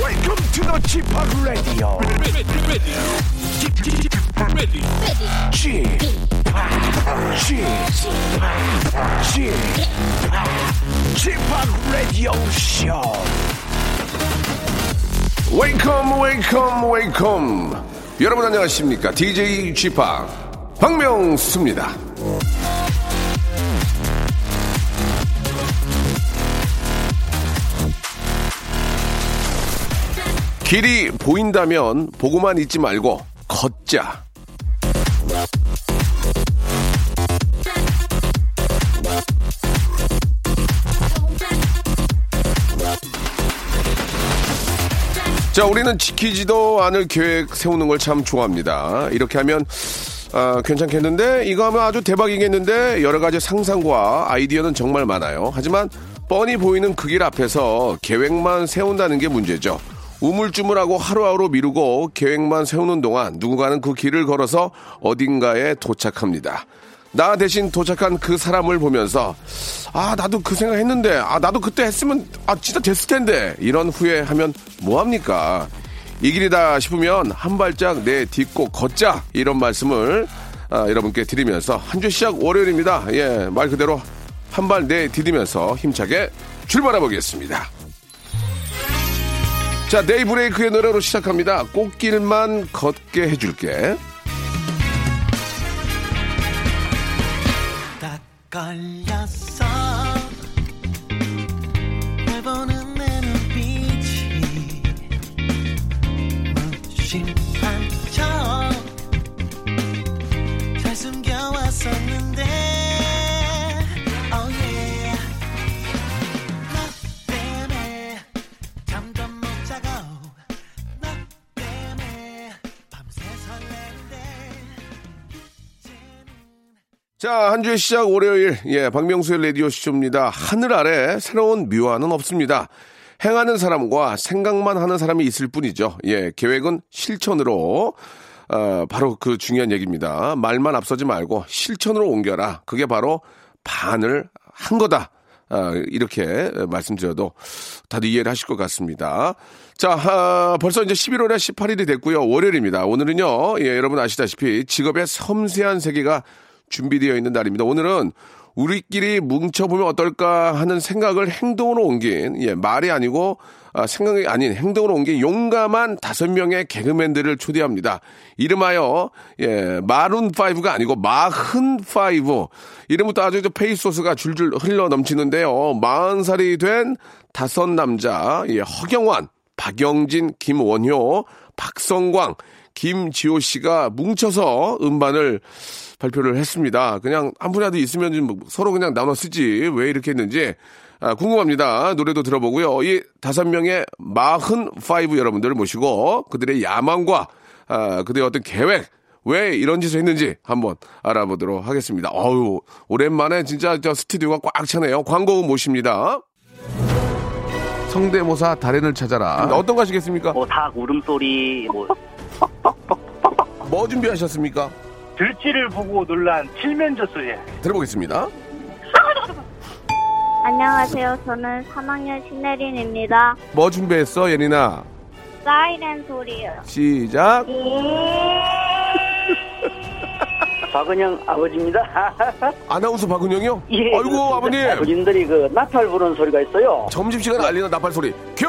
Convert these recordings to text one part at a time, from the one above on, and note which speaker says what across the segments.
Speaker 1: Welcome to the g p o p Radio.
Speaker 2: ready, ready, ready, ready.
Speaker 1: g p o p g p o p g p o p Radio Show.
Speaker 3: 웨이컴 웨이컴 웨이컴 여러분 안녕하십니까 DJ g p o 박명수입니다 길이 보인다면 보고만 있지 말고 걷자 자, 우리는 지키지도 않을 계획 세우는 걸 참 좋아합니다. 이렇게 하면 아, 괜찮겠는데 이거 하면 아주 대박이겠는데 여러 가지 상상과 아이디어는 정말 많아요. 하지만 뻔히 보이는 그 길 앞에서 계획만 세운다는 게 문제죠. 우물쭈물하고 하루하루 미루고 계획만 세우는 동안 누군가는 그 길을 걸어서 어딘가에 도착합니다. 나 대신 도착한 그 사람을 보면서 아 나도 그 생각했는데 아 나도 그때 했으면 아 진짜 됐을 텐데 이런 후회하면 뭐합니까 이 길이다 싶으면 한 발짝 내 딛고 걷자 이런 말씀을 아, 여러분께 드리면서 한 주 시작 월요일입니다 예 말 그대로 한 발 내 디디면서 힘차게 출발해 보겠습니다 자 네이브레이크의 노래로 시작합니다 꽃길만 걷게 해줄게
Speaker 4: 딱 걸렸어 널 보는 내 눈빛이 무심한 척잘 숨겨왔었는데 oh yeah 너 때문에 잠도 못 자고 너 때문에 밤새 설레는데
Speaker 3: 자, 한 주의 시작 월요일, 예, 박명수의 라디오 쇼입니다. 하늘 아래 새로운 묘안은 없습니다. 행하는 사람과 생각만 하는 사람이 있을 뿐이죠. 예, 계획은 실천으로, 어, 바로 그 중요한 얘기입니다. 말만 앞서지 말고 실천으로 옮겨라. 그게 바로 반을 한 거다. 아, 이렇게 말씀드려도 다들 이해를 하실 것 같습니다. 자, 아, 벌써 이제 11월에 18일이 됐고요. 월요일입니다. 오늘은요, 예, 여러분 아시다시피 직업의 섬세한 세계가 준비되어 있는 날입니다. 오늘은 우리끼리 뭉쳐보면 어떨까 하는 생각을 행동으로 옮긴, 예, 말이 아니고, 아, 생각이 아닌 행동으로 옮긴 용감한 다섯 명의 개그맨들을 초대합니다. 이름하여, 예, 마룬5가 아니고 마흔5. 이름부터 아주 저 페이소스가 줄줄 흘러 넘치는데요. 마흔 살이 된 다섯 남자, 예, 허경환, 박영진, 김원효, 박성광, 김지호 씨가 뭉쳐서 음반을 발표를 했습니다. 그냥 한 분이라도 있으면 좀 서로 그냥 나눠 쓰지 왜 이렇게 했는지 아, 궁금합니다. 노래도 들어보고요. 이 다섯 명의 마흔 파이브 여러분들을 모시고 그들의 야망과 아, 그들의 어떤 계획 왜 이런 짓을 했는지 한번 알아보도록 하겠습니다. 어우 오랜만에 진짜 저 스튜디오가 꽉 차네요. 광고 모십니다. 성대모사 달인을 찾아라. 어떤 거 하시겠습니까?
Speaker 5: 뭐 닭 울음소리 뭐
Speaker 3: 뭐 준비하셨습니까?
Speaker 6: 들쥐를 보고 놀란 칠면조 소리.
Speaker 3: 들어보겠습니다.
Speaker 7: 안녕하세요. 저는 3학년 신혜린입니다.
Speaker 3: 뭐 준비했어, 예린아?
Speaker 7: 사이렌 소리요.
Speaker 3: 시작.
Speaker 5: 박은영 아버지입니다. 예,
Speaker 3: 아나운서 박은영이요?
Speaker 6: 예.
Speaker 3: 아이고, 아버님.
Speaker 5: 아버님들이 그 나팔 부는 소리가 있어요.
Speaker 3: 점심시간 알리는 나팔 소리. 큐!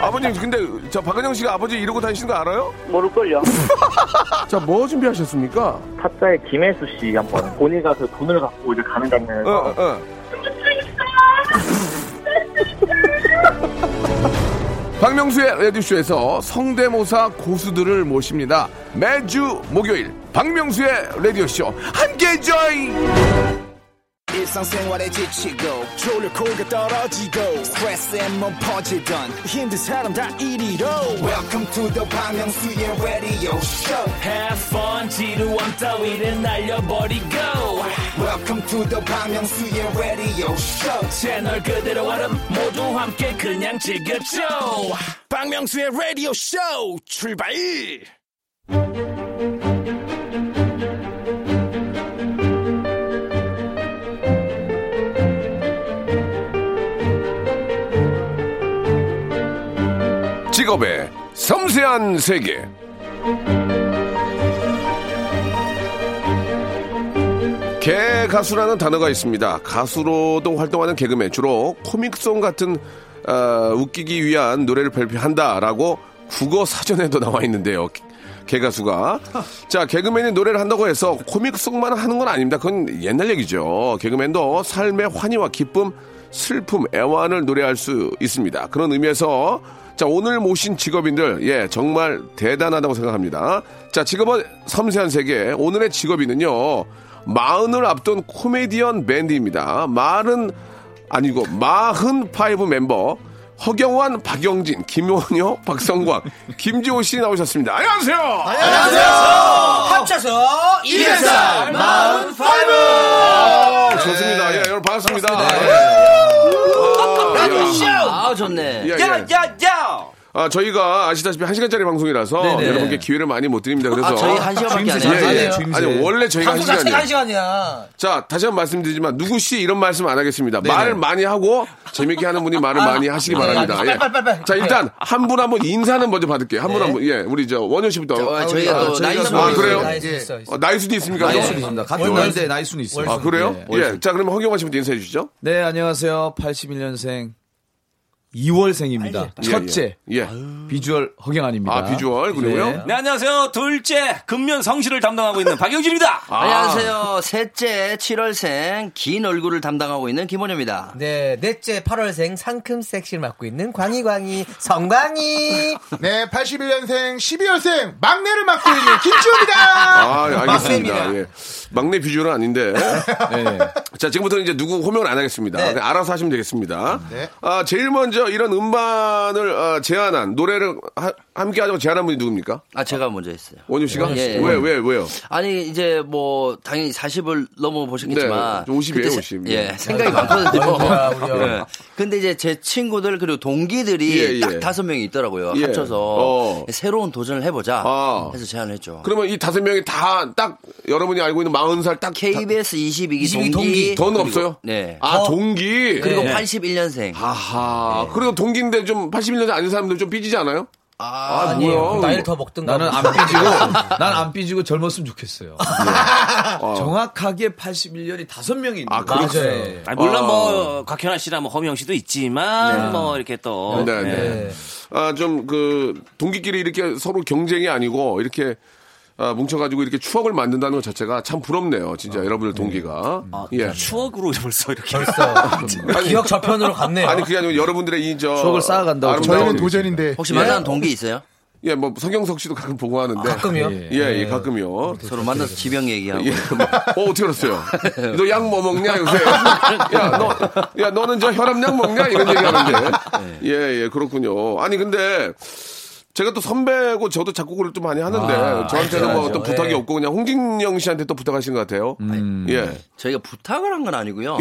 Speaker 3: 아버님, 근데 저 박은영 씨가 아버지 이러고 다니시는 거 알아요?
Speaker 5: 모를걸요.
Speaker 3: 자, 뭐 준비하셨습니까?
Speaker 8: 타짜의 김혜수 씨 한번 본인 가서 돈을 갖고 이제 가는
Speaker 3: 어,
Speaker 8: 장면에서
Speaker 3: 어, 어. 박명수의 라디오쇼에서 성대모사 고수들을 모십니다. 매주 목요일 박명수의 라디오쇼 함께 join!
Speaker 4: 일상생활에 지치고, 졸려 코가 떨어지고, 스트레스에 몸 퍼지던, 힘든 사람 다 이리로. welcome to the Bang Myung-soo's radio show
Speaker 2: Have fun, 지루한 따위를 날려버리고.
Speaker 4: welcome to the Bang Myung-soo's radio show
Speaker 2: 채널 그대로 얼음 모두 함께 그냥 즐겨줘. 박명수의 라디오 쇼 출발!
Speaker 3: 직업의 섬세한 세계. 개 가수라는 단어가 있습니다. 가수로도 활동하는 개그맨 주로 코믹송 같은 어, 웃기기 위한 노래를 발표한다라고 국어 사전에도 나와 있는데요. 개- 개 가수가 자 개그맨이 노래를 한다고 해서 코믹송만 하는 건 아닙니다. 그건 옛날 얘기죠. 개그맨도 삶의 환희와 기쁨, 슬픔, 애환을 노래할 수 있습니다. 그런 의미에서 자 오늘 모신 직업인들 예 정말 대단하다고 생각합니다. 자 직업은 섬세한 세계 오늘의 직업인은요. 마흔을 앞둔 코미디언 밴드입니다. 마흔 아니고 마흔 파이브 멤버 허경환, 박영진, 김용효, 박성광, 김지호 씨 나오셨습니다. 안녕하세요.
Speaker 4: 어, 합쳐서 이회살 마흔
Speaker 3: 어,
Speaker 4: 파이브 네.
Speaker 3: 좋습니다. 예, 여러분 반갑습니다. 예. 아, 예.
Speaker 4: 쇼. 아 좋네.
Speaker 3: 예,
Speaker 4: 야야야.
Speaker 3: 예. 아, 저희가 아시다시피 한 시간짜리 방송이라서
Speaker 4: 네네.
Speaker 3: 여러분께 기회를 많이 못 드립니다. 그래서
Speaker 4: 아, 저희 한 시간밖에 안
Speaker 3: 예, 예.
Speaker 4: 해요.
Speaker 3: 아니 원래 저희가 한
Speaker 4: 방송 자체가
Speaker 3: 시간이에요. 아,
Speaker 4: 한 시간이야.
Speaker 3: 자, 다시 한 번 말씀드리지만 누구 씨 이런 말씀 안 하겠습니다. 말을 많이 하고 재밌게 하는 분이 말을 많이 하시기 바랍니다.
Speaker 4: 아. 빨리,
Speaker 3: 예.
Speaker 4: 빨리, 빨리, 네. 빨리.
Speaker 3: 자, 일단 한 분 한 분 인사는 먼저 받을게요. 한 분 한 분. 예, 우리 저 원효 씨부터.
Speaker 9: 아,
Speaker 4: 저희가
Speaker 9: 아,
Speaker 4: 또 나이스
Speaker 9: 저희가 또
Speaker 3: 아, 그래요?
Speaker 9: 나이
Speaker 4: 나이스 뭐 있어, 있어.
Speaker 3: 어, 나이 순도 있습니까?
Speaker 4: 나이
Speaker 3: 또?
Speaker 9: 순이 있습니다. 네, 같은
Speaker 4: 월수.
Speaker 9: 나이인데 나이 순이 있어요.
Speaker 3: 아, 그래요? 예. 자, 그럼 허경환 씨부터 인사해 주시죠.
Speaker 9: 네, 안녕하세요. 81년생 2월생입니다.
Speaker 3: 예,
Speaker 9: 첫째
Speaker 3: 예. 예.
Speaker 9: 비주얼 허경환입니다.
Speaker 3: 아, 비주얼 그리고요.
Speaker 9: 네.
Speaker 10: 네, 안녕하세요. 둘째, 근면 성실을 담당하고 있는 박영진입니다.
Speaker 3: 아,
Speaker 11: 안녕하세요. 셋째 7월생 긴 얼굴을 담당하고 있는 김원효입니다.
Speaker 4: 네, 넷째 8월생 상큼 섹시를 맡고 있는 광희광희 성광희.
Speaker 5: 네, 81년생 12월생 막내를 맡고 있는 김치호입니다.
Speaker 3: 아, 예, 알겠습니다.
Speaker 4: 막내입니다.
Speaker 3: 예. 막내 비주얼은 아닌데.
Speaker 9: 네.
Speaker 3: 자, 지금부터는 이제 누구 호명을 안 하겠습니다.
Speaker 11: 네.
Speaker 3: 그냥 알아서 하시면 되겠습니다.
Speaker 5: 네.
Speaker 3: 아, 제일 먼저 이런 음반을 어, 제안한, 노래를 하- 함께 하자고 제안한 분이 누굽니까?
Speaker 11: 아 제가 먼저 했어요.
Speaker 3: 원효 씨가?
Speaker 11: 원효 씨.
Speaker 3: 왜, 왜, 왜요?
Speaker 11: 아니 이제 뭐 당연히 40을 넘어 보셨겠지만
Speaker 3: 네, 50이에요,
Speaker 11: 그때
Speaker 3: 50.
Speaker 11: 세- 예, 생각이 많거든요.
Speaker 4: 아, 그러니까 우리가, 우리가.
Speaker 11: 예. 근데 이제 제 친구들 그리고 동기들이
Speaker 3: 예, 예.
Speaker 11: 딱 다섯 명이 있더라고요.
Speaker 3: 예.
Speaker 11: 합쳐서
Speaker 3: 어.
Speaker 11: 새로운 도전을 해보자
Speaker 3: 아.
Speaker 11: 해서 제안했죠.
Speaker 3: 그러면 이 다섯 명이 다 딱 여러분이 알고 있는 40살 딱
Speaker 11: KBS 22기
Speaker 4: 22
Speaker 11: 동기,
Speaker 4: 동기.
Speaker 3: 더는
Speaker 11: 그리고-
Speaker 3: 없어요?
Speaker 11: 네.
Speaker 3: 아, 동기.
Speaker 11: 그리고
Speaker 4: 네.
Speaker 11: 81년생.
Speaker 3: 아하. 그래도 동기인데 좀 81년 아닌 사람들 좀 삐지지 않아요?
Speaker 11: 아,
Speaker 4: 아니,
Speaker 3: 뭐야.
Speaker 4: 나이를 더 먹든가.
Speaker 9: 나는 안 삐지고 난 안 삐지고 젊었으면 좋겠어요. 정확하게 81년이 다섯 명이 있는
Speaker 3: 아,
Speaker 9: 거예요.
Speaker 3: 그렇죠.
Speaker 9: 네.
Speaker 10: 아니, 물론
Speaker 3: 어.
Speaker 10: 뭐 곽현아 씨나 뭐 허명 씨도
Speaker 4: 아,
Speaker 10: 있지만
Speaker 3: 음,
Speaker 10: 뭐 이렇게 또
Speaker 3: 네, 네. 아, 좀 그 동기끼리 이렇게 서로 경쟁이 아니고 이렇게 아, 뭉쳐가지고 이렇게 추억을 만든다는 것 자체가 참 부럽네요. 진짜 여러분들 동기가. 예.
Speaker 10: 추억으로 벌써 이렇게
Speaker 4: 벌써 기억 저편으로 갔네요.
Speaker 3: 아니, 그게 아니고 여러분들의 이 저.
Speaker 9: 추억을 어. 쌓아간다고
Speaker 3: 아름다운-
Speaker 5: 저희는 도전인데.
Speaker 11: 혹시 만나는 동기 있어요?
Speaker 3: 예, 뭐 성경석 씨도 가끔 보고 하는데.
Speaker 4: 가끔이요?
Speaker 3: 예, 예, 가끔이요.
Speaker 11: 서로 만나서 지병 얘기하고.
Speaker 3: 예. 어, 어떻게 알았어요? 너 약 뭐 먹냐, 요새? 야, 너, 야, 너는 저 혈압약 먹냐? 이런 얘기 하는데. 예, 예, 그렇군요. 아니, 근데. 제가 또 선배고 저도 작곡을 또 많이 하는데 저한테는 뭐
Speaker 4: 알죠, 알죠.
Speaker 3: 어떤 부탁이
Speaker 4: 예.
Speaker 3: 없고 그냥 홍진영 씨한테 또 부탁하신 것 같아요. 예.
Speaker 11: 저희가 부탁을 한 건 아니고요.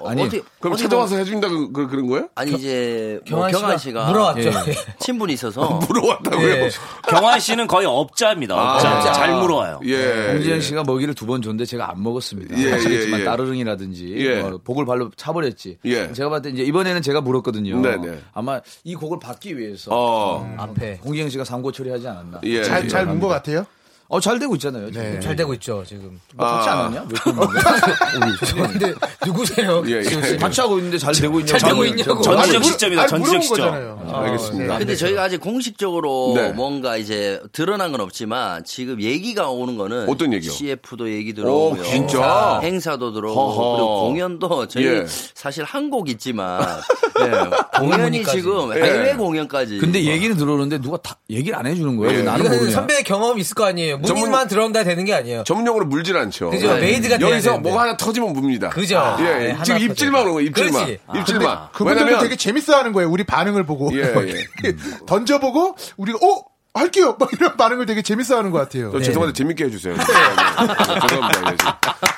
Speaker 11: 어,
Speaker 9: 아니,
Speaker 11: 어떻게-
Speaker 3: 그럼
Speaker 11: 어떻게
Speaker 3: 찾아와서
Speaker 5: 뭐
Speaker 3: 해준다 그, 그, 런 거예요?
Speaker 11: 보면- 아니 이제 뭐
Speaker 4: 경환 씨가
Speaker 11: 경환 씨가
Speaker 4: 물어왔죠.
Speaker 9: 예.
Speaker 11: 친분이 있어서
Speaker 3: 아, 물어왔다고요? 아,
Speaker 4: 예.
Speaker 10: 경환 씨는 거의 업자입니다. 업자.
Speaker 3: 업자.
Speaker 10: 잘 물어와요.
Speaker 3: 예.
Speaker 9: 홍지영 씨가 먹이를 두 번 줬는데 제가 안 먹었습니다.
Speaker 3: 예,
Speaker 9: 아시겠지만
Speaker 3: 예, 예.
Speaker 9: 따르릉이라든지
Speaker 3: 예.
Speaker 9: 뭐 복을 발로 차버렸지.
Speaker 3: 예.
Speaker 9: 제가 봤을 때 이제 이번에는 제가 물었거든요.
Speaker 3: 네, 네.
Speaker 9: 아마 이 곡을 받기 위해서
Speaker 3: 어.
Speaker 4: 앞에
Speaker 9: 홍기영 씨가 상고 처리하지 않았나.
Speaker 3: 예.
Speaker 5: 잘
Speaker 3: 예.
Speaker 5: 잘 문 것 같아요.
Speaker 9: 어, 잘 되고 있잖아요. 지금.
Speaker 4: 네. 잘 되고 있죠 지금.
Speaker 9: 뭐 같이
Speaker 3: 아.
Speaker 9: 안 하냐? 왜 그러는데?
Speaker 4: 근데 누구세요?
Speaker 3: 예, 예.
Speaker 4: 지금 씨?
Speaker 9: 같이 하고 있는데 잘 되고 있냐고.
Speaker 4: 되고 있냐고.
Speaker 9: 전-
Speaker 10: 전지적
Speaker 5: 아니, 물-
Speaker 10: 시점이다.
Speaker 5: 아니,
Speaker 10: 전지적
Speaker 5: 물어본
Speaker 10: 시점.
Speaker 5: 거잖아요. 네.
Speaker 3: 알겠습니다.
Speaker 11: 근데 저희가 아직 공식적으로
Speaker 3: 네.
Speaker 11: 뭔가 이제 드러난 건 없지만 지금 얘기가 오는 거는
Speaker 3: 어떤 얘기요?
Speaker 11: CF도 얘기
Speaker 3: 오,
Speaker 11: 들어오고요.
Speaker 3: 진짜.
Speaker 11: 행사도 들어오고
Speaker 3: 허허.
Speaker 11: 그리고 공연도 저희
Speaker 3: 예.
Speaker 11: 사실 한 곡 있지만 예, 공연이
Speaker 4: 공연까지.
Speaker 11: 지금
Speaker 3: 예.
Speaker 11: 해외 공연까지.
Speaker 9: 근데 얘기는 들어오는데 누가 다 얘기를 안 해주는 거예요.
Speaker 3: 예.
Speaker 9: 나는
Speaker 4: 이거는
Speaker 9: 모르냐.
Speaker 4: 선배의 경험이 있을 거 아니에요. 문인만 들어온다 되는 게 아니에요.
Speaker 3: 전문용어로 물질 않죠. 예.
Speaker 4: 그죠? 메이드가 돼야
Speaker 3: 여기서
Speaker 4: 되는데.
Speaker 3: 뭐가 하나 터지면 뭡니다.
Speaker 4: 그죠?
Speaker 3: 예,
Speaker 4: 아,
Speaker 3: 예.
Speaker 4: 하나
Speaker 3: 지금
Speaker 4: 터져.
Speaker 3: 입질만 오는 거, 입질만.
Speaker 4: 그렇지. 아,
Speaker 3: 입질만.
Speaker 5: 그분들도 되게 재밌어하는 거예요. 우리 반응을 보고
Speaker 3: 예, 예.
Speaker 5: 이렇게 던져보고 우리가 어 할게요. 막 이런 반응을 되게 재밌어하는 것 같아요.
Speaker 3: 저 죄송한데 재밌게 해주세요. 네, 네. 죄송합니다. 예,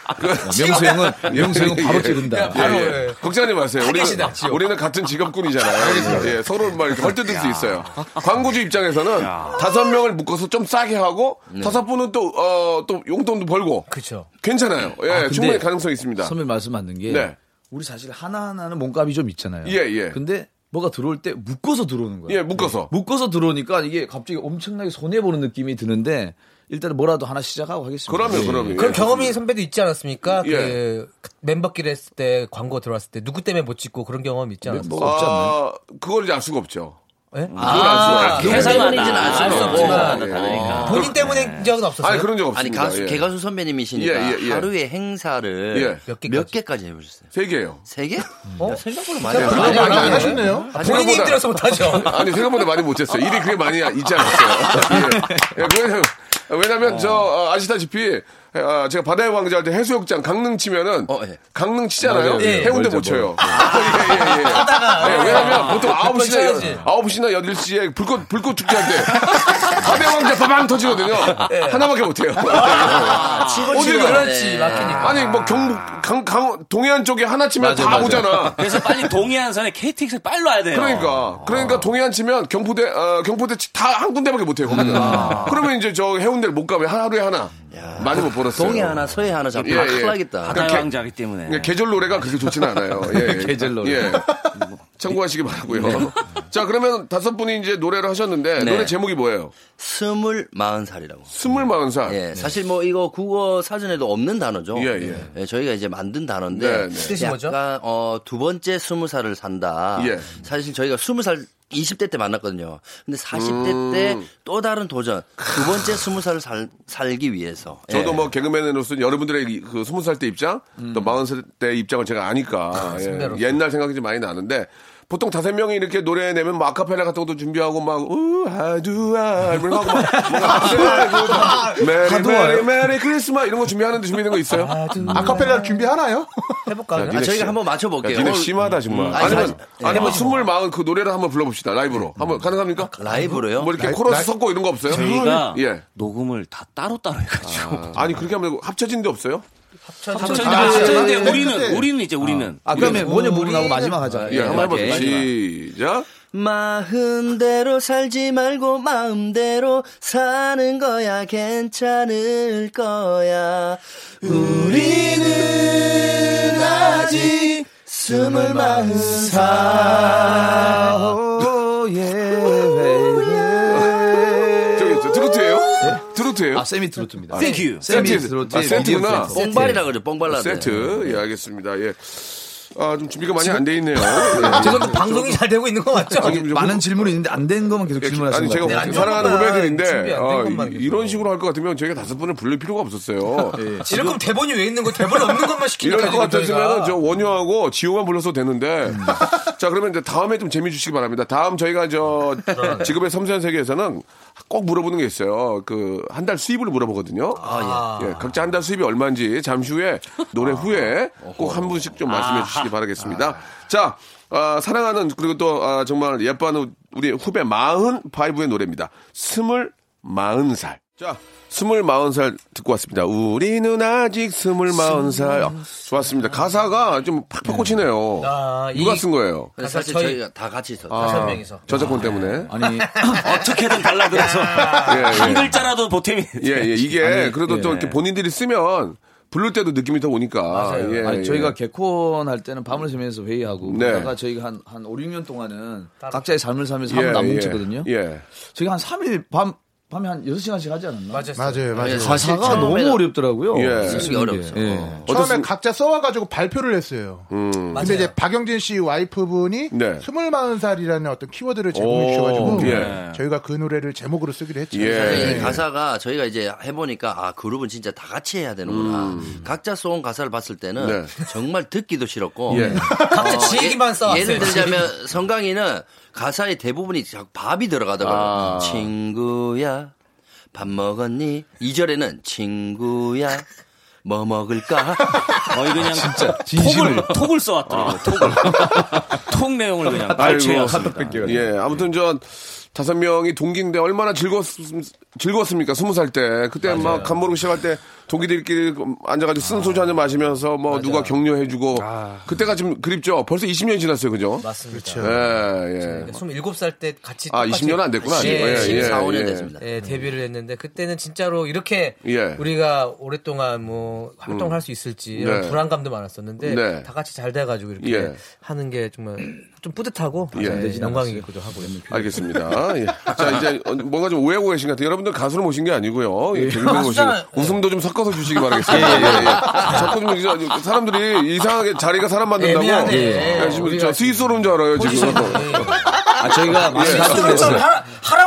Speaker 4: 아,
Speaker 3: 지금.
Speaker 9: 명수 형은, 명수 형은 바로
Speaker 3: 예,
Speaker 9: 찍은다.
Speaker 3: 예, 예. 걱정하지 마세요. 우리는,
Speaker 4: 타겟이다, 지옥.
Speaker 3: 우리는 같은 직업군이잖아요. 예, 서로 막 이렇게 헐뜯을 수 있어요. 광고주 입장에서는 다섯 명을 묶어서 좀 싸게 하고 다섯 분은 또, 어, 또 용돈도 벌고.
Speaker 4: 그렇죠.
Speaker 3: 괜찮아요. 예,
Speaker 9: 근데
Speaker 3: 충분히 가능성이 있습니다.
Speaker 9: 선배 말씀 맞는 게
Speaker 3: 네.
Speaker 9: 우리 사실 하나하나는 몸값이 좀 있잖아요.
Speaker 3: 예, 예.
Speaker 9: 근데 뭐가 들어올 때 묶어서 들어오는 거예요.
Speaker 3: 예, 묶어서.
Speaker 9: 묶어서 들어오니까 이게 갑자기 엄청나게 손해 보는 느낌이 드는데 일단 뭐라도 하나 시작하고 하겠습니다.
Speaker 3: 그럼요,
Speaker 9: 예.
Speaker 3: 그럼요.
Speaker 4: 그런 경험이 선배도 있지 않았습니까?
Speaker 9: 예.
Speaker 4: 그 멤버끼리 했을 때 광고 들어왔을 때 누구 때문에 못 찍고 그런 경험 있지 않았습니까?
Speaker 3: 아, 그걸 이제 알 수가 없죠.
Speaker 4: 예?
Speaker 3: 아,
Speaker 4: 그건
Speaker 3: 회사
Speaker 4: 없지만.
Speaker 3: 이미지는 알 수는
Speaker 4: 알 수는
Speaker 3: 없지만.
Speaker 4: 없지만. 그러니까.
Speaker 3: 다르니까.
Speaker 4: 본인 때문에 적은 없었어요.
Speaker 3: 아, 예. 아니, 그런 적
Speaker 11: 아니
Speaker 3: 없습니다.
Speaker 11: 가수
Speaker 3: 예.
Speaker 11: 개가수 선배님이시니까
Speaker 3: 예, 예, 예.
Speaker 11: 하루에 행사를
Speaker 3: 예.
Speaker 11: 몇, 개까지? 해보셨어요?
Speaker 3: 세 개요.
Speaker 11: 세 개?
Speaker 4: 어?
Speaker 3: 네,
Speaker 11: 생각보다 많이
Speaker 3: 그렇게
Speaker 11: 하셨네요.
Speaker 3: 많이 안
Speaker 11: 하셨네요.
Speaker 3: 하셨네요. 아,
Speaker 11: 본인이 힘들어서 못하죠.
Speaker 3: 아니 생각보다 많이 못했어요. 일이 그게 많이 있지 않았어요. 예. 예, 그건- 왜냐면 저 어, 아시다시피 아, 제가 바다의 왕자 할 때 해수욕장 강릉 치면은 강릉 치잖아요.
Speaker 9: 어, 예. 맞아요. 예. 아,
Speaker 3: 해운대 못
Speaker 9: 멀죠,
Speaker 3: 쳐요. 예, 예, 예.
Speaker 9: 하다가.
Speaker 3: 예, 왜냐면 보통
Speaker 9: 몇번
Speaker 3: 9시나
Speaker 9: 쳐야지.
Speaker 3: 9시나 8시에 불꽃 불꽃 축제할 때 바다의 왕자 빠방 터지거든요.
Speaker 9: 예.
Speaker 3: 하나밖에 못 해요.
Speaker 9: 아,
Speaker 11: 치고
Speaker 3: 어딜
Speaker 11: 치고.
Speaker 3: 가요?
Speaker 11: 그렇지, 막히니까.
Speaker 3: 아니 뭐 경북 강, 강 동해안 쪽에 하나 치면
Speaker 2: 맞아,
Speaker 3: 다
Speaker 2: 맞아.
Speaker 3: 오잖아.
Speaker 2: 그래서 빨리 동해안선에 KTX를 빨리 와야 돼요.
Speaker 9: 아.
Speaker 3: 그러니까 그러니까 동해안 치면 경포대 어, 경포대 다 한 군데밖에 못 해요. 거기는.
Speaker 9: 음.
Speaker 11: 아.
Speaker 3: 그러면 이제 저 해운대를 못 가면 하루에 하나 많이 못 벌었어요.
Speaker 11: 동해 하나, 서해 하나 잡고
Speaker 3: 예, 예.
Speaker 11: 큰일 나겠다.
Speaker 3: 바다의
Speaker 11: 개-
Speaker 3: 왕자기 예, 계절 노래가 그렇게 좋지는 않아요.
Speaker 9: 네. 계절 노래. 음, 뭐. 네.
Speaker 3: 예. 참고하시기 바라고요. 자 그러면 다섯 분이 이제 노래를 하셨는데
Speaker 11: 네.
Speaker 3: 노래 제목이 뭐예요?
Speaker 11: 스물 마흔 살이라고.
Speaker 3: 스물 마흔 살.
Speaker 11: 예, 사실 뭐 이거 국어 사전에도 없는 단어죠.
Speaker 3: 아, 네. 예, 예.
Speaker 11: 저희가 이제
Speaker 3: 네,
Speaker 11: 만든 단어인데
Speaker 3: 네. 뜻이
Speaker 11: 약간
Speaker 3: 뭐죠?
Speaker 11: 어, 두 번째 스무 살을 산다.
Speaker 3: 예.
Speaker 11: 사실 저희가 스무 살 20대 때 만났거든요. 근데 40대
Speaker 3: 음.
Speaker 11: 때 또 다른 도전. 두 번째 스무 살을 살, 살기 위해서. 예. 음.
Speaker 3: 저도 뭐 개그맨으로서 여러분들의 이- 그 스무 살 때 입장, 또 마흔 살 때 입장을 제가 아니까 예.
Speaker 11: 선배로서.
Speaker 3: 옛날 생각이 좀 많이 나는데 보통 다섯 명이 이렇게 노래 내면 뭐 아카펠라 같은 것도 준비하고 막 우아두아 이런 거 하고 막 뭐, 뭔가 뭐 메리 메리 메리 크리스마 이런 거 준비하는데 준비된 거 있어요?
Speaker 5: 아카펠라 준비하나요?
Speaker 11: 아,
Speaker 4: 해볼까요?
Speaker 3: 야, 니네 씨- 야, 니네 심하다 정말.
Speaker 11: 음. 아니,
Speaker 3: 아니면
Speaker 11: 사-
Speaker 3: 아니면
Speaker 11: 예.
Speaker 3: 스물 마흔 그 노래를 한번 불러봅시다 라이브로 한번 가능합니까?
Speaker 11: 아, 라이브로요?
Speaker 3: 뭐 이렇게
Speaker 11: 라이-
Speaker 3: 코러스
Speaker 11: 라이-
Speaker 3: 섞고 이런 거 없어요?
Speaker 2: 저희가
Speaker 3: 예.
Speaker 2: 녹음을 다 따로따로 해가지고.
Speaker 3: 아, 니 그렇게 하면 합쳐진 데 없어요?
Speaker 2: 합쳐진
Speaker 3: 아,
Speaker 2: 데 합쳐진 데 우리는 우리는 이제 우리는
Speaker 9: 아, 그러면 먼저 부분하고 마지막 하자.
Speaker 3: 예, 한번 해보세요.
Speaker 9: 마지막.
Speaker 3: 시작.
Speaker 11: 마음대로 살지 말고 마음대로 사는 거야 괜찮을 거야 우리는 아직 스물 마흔 살
Speaker 3: 저기 저 트로트예요? 트로트예요? 아
Speaker 9: 세미 트로트입니다.
Speaker 11: 땡큐.
Speaker 3: 세미
Speaker 11: 세미
Speaker 3: 트로트.
Speaker 11: 트로트.
Speaker 3: 아, 센트구나.
Speaker 11: 세트. 뽕발이라 그러죠, 뽕발라드.
Speaker 3: 세트. 예, 알겠습니다. 예. 아, 좀 준비가 많이 안 돼 있네요. 예.
Speaker 9: 아, 죄송한데 방송이
Speaker 4: 잘 되고 있는 것 같죠?
Speaker 9: 많은 질문이 있는데 안 된 것만 계속
Speaker 3: 예,
Speaker 9: 질문하시는
Speaker 3: 그, 아니 제가 뭐
Speaker 4: 네,
Speaker 9: 것 같아요. 네.
Speaker 3: 사랑하는 후배들인데 아,
Speaker 9: 것만
Speaker 3: 이- 이런 식으로 할 것 같으면 저희가 다섯 분을 부를 필요가 없었어요.
Speaker 4: 이럴 거면 대본이 왜 있는 거 대본 없는 것만 시키니까
Speaker 3: 이럴 것
Speaker 4: 지금
Speaker 3: 같았으면
Speaker 4: 저희가.
Speaker 3: 저 원효하고 지호만 불렀어도 되는데 자 그러면 이제 다음에 좀 재미 주시기 바랍니다. 다음 저희가 저 직업의 섬세한 세계에서는 꼭 물어보는 게 있어요. 그 한 달 수입을 물어보거든요.
Speaker 11: 아,
Speaker 3: 예. 각자 한 달 수입이 얼마인지 잠시 후에 노래 후에 꼭 한 분씩 좀 말씀해 주시기 바라겠습니다. 자 아, 사랑하는 그리고 또 아, 정말 예뻐하는 우리 후배 마흔 파이브의 노래입니다. 스물 마흔 살. 자, 스물 마흔 살 듣고 왔습니다. 우리는 아직 스물 마흔 살. 아, 좋았습니다. 가사가 좀 팍팍 꽂히네요.
Speaker 11: 아,
Speaker 3: 누가
Speaker 11: 이-
Speaker 3: 쓴 거예요?
Speaker 11: 그래서 사실
Speaker 3: 저희-
Speaker 11: 저희... 가다 같이 있었어요.
Speaker 3: 아, 저작권 때문에. 아니.
Speaker 2: 어떻게든 달라들어서 한 글자라도 보탬이.
Speaker 3: 예, 예. 이게
Speaker 9: 아니,
Speaker 3: 그래도 또
Speaker 9: 예.
Speaker 3: 이렇게 본인들이 쓰면 부를 때도 느낌이 더 오니까.
Speaker 9: 맞아요.
Speaker 3: 예,
Speaker 9: 아니,
Speaker 3: 예.
Speaker 9: 저희가 개콘 할 때는 밤을 새면서 회의하고
Speaker 3: 네.
Speaker 9: 그러다가 저희가 한, 한 5, 6년 동안은 각자의 삶을 살면서 한번
Speaker 3: 예,
Speaker 9: 안
Speaker 3: 예.
Speaker 9: 뭉치거든요.
Speaker 3: 예.
Speaker 9: 저희가 한 3일 밤 밤에 한 6시간씩 하지 않았나? 맞아요.
Speaker 5: 맞아요, 맞아요.
Speaker 9: 사실
Speaker 5: 가사가
Speaker 9: 가
Speaker 5: 너무
Speaker 9: 너무 어렵더라고요.
Speaker 5: 예.
Speaker 9: 쓰는 게. 예.
Speaker 5: 처음에 각자 써와가지고 발표를 했어요. 근데 이제 박영진 씨 와이프분이
Speaker 3: 네.
Speaker 5: 스물 마흔 살이라는 어떤 키워드를 제공해
Speaker 3: 오,
Speaker 5: 주셔가지고
Speaker 3: 예.
Speaker 5: 저희가 그 노래를 제목으로 쓰기로 했죠.
Speaker 3: 네.
Speaker 11: 사실 이 가사가 저희가 이제 해보니까 아 그룹은 진짜 다 같이 해야 되는구나. 각자 써온 가사를 봤을 때는
Speaker 3: 음. 네.
Speaker 11: 정말 듣기도 싫었고
Speaker 3: 예.
Speaker 4: 각자 지 얘기만 써왔어요,
Speaker 11: 예를
Speaker 4: 지
Speaker 11: 들자면 성강이는 가사의 대부분이 자꾸 밥이 들어가더라고요.
Speaker 3: 아.
Speaker 11: 친구야 밥 먹었니? 2절에는 친구야 뭐 먹을까?
Speaker 2: 거의
Speaker 3: 아,
Speaker 2: 그냥
Speaker 11: 진짜
Speaker 2: 톡을 톡을 써왔더라고. 톡을. 톡 내용을
Speaker 3: 아,
Speaker 2: 그냥 발췌했습니다.
Speaker 3: 예, 아무튼 저 다섯 명이 동기인데 얼마나 즐거웠, 즐거웠습니까? 스무 살 때. 그때 막 간모르고 시작할 때 동기들끼리 앉아가지고 쓴 소주 한 잔 마시면서 뭐 누가 격려해주고. 그때가 지금 그립죠? 벌써 20년이 지났어요, 그죠?
Speaker 4: 맞습니다.
Speaker 3: 예, 예.
Speaker 4: 27살 때 같이
Speaker 3: 아,
Speaker 4: 똑같이-
Speaker 3: 20년 안 됐구나. 아직. 예, 예, 14, 15년 예. 됐습니다.
Speaker 4: 예, 데뷔를 했는데 그때는 진짜로 이렇게
Speaker 3: 예.
Speaker 4: 우리가 오랫동안 뭐
Speaker 3: 음.
Speaker 4: 활동을 할 수 있을지 이런
Speaker 3: 네.
Speaker 4: 불안감도 많아가지고 많았었는데
Speaker 3: 네.
Speaker 4: 다 같이 잘 돼가지고 이렇게
Speaker 3: 예.
Speaker 4: 하는 게 정말 좀 뿌듯하고
Speaker 3: 예.
Speaker 4: 네, 영광이기도
Speaker 9: 예.
Speaker 4: 하고
Speaker 3: 알겠습니다. 예. 자, 이제 어, 뭔가 좀 오해하고 계신 것 같아요. 여러분들 가수를 모신 게 아니고요. 예, 개그맨 모신
Speaker 4: 가수잖아요.
Speaker 3: 웃음도 좀 섞어서 주시기 바라겠습니다.
Speaker 12: 예, 예, 예.
Speaker 3: 예, 예. 자꾸 좀 이제 사람들이 이상하게 자리가 사람 만든다고.
Speaker 12: 애매하네. 예.
Speaker 3: 예, 지금 저 스위스로인 줄 알아요, 지금.
Speaker 9: 아, 저희가 많이
Speaker 3: 예.
Speaker 4: 하라고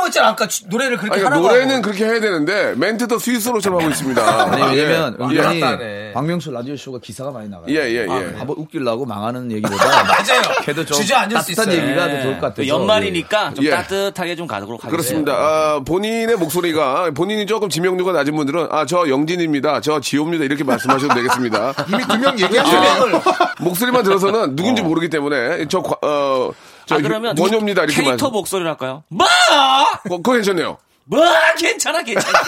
Speaker 4: 했잖아 아까 주- 노래를 그렇게
Speaker 3: 아니, 그러니까
Speaker 4: 하라고
Speaker 3: 노래는 그렇게 해야 되는데 멘트도 스위스로처럼 하고 있습니다.
Speaker 9: 아니 왜냐면
Speaker 3: 예.
Speaker 9: 은근히
Speaker 3: 예.
Speaker 9: 박명수 라디오 쇼가 기사가 많이 나가요.
Speaker 3: 예, 예,
Speaker 9: 아,
Speaker 3: 예.
Speaker 9: 한번 웃기려고 망하는 얘기보다 맞아요. 걔도 좀
Speaker 2: 주저앉을 수
Speaker 9: 따뜻한
Speaker 2: 있어요.
Speaker 9: 얘기가
Speaker 2: 예.
Speaker 9: 더 좋을 것
Speaker 2: 또
Speaker 9: 같아요.
Speaker 2: 연말이니까 좀
Speaker 3: 예.
Speaker 2: 따뜻하게 좀 가도록 하겠습니다.
Speaker 3: 그렇습니다. 아, 본인의 목소리가 본인이 조금 지명도가 낮은 분들은 아 저 영진입니다, 저 지호입니다 이렇게 말씀하셔도 되겠습니다.
Speaker 5: 이미 두 명 얘기한
Speaker 4: 예.
Speaker 3: 명 목소리만 들어서는 누군지 모르기 때문에 저 과- 어. 저
Speaker 2: 아, 그러면
Speaker 3: 원효입니다 이렇게
Speaker 2: 캐릭터
Speaker 3: 말씀.
Speaker 2: 목소리로 할까요? 뭐?
Speaker 3: 어, 그거 괜찮네요.
Speaker 2: 뭐? 괜찮아, 괜찮아.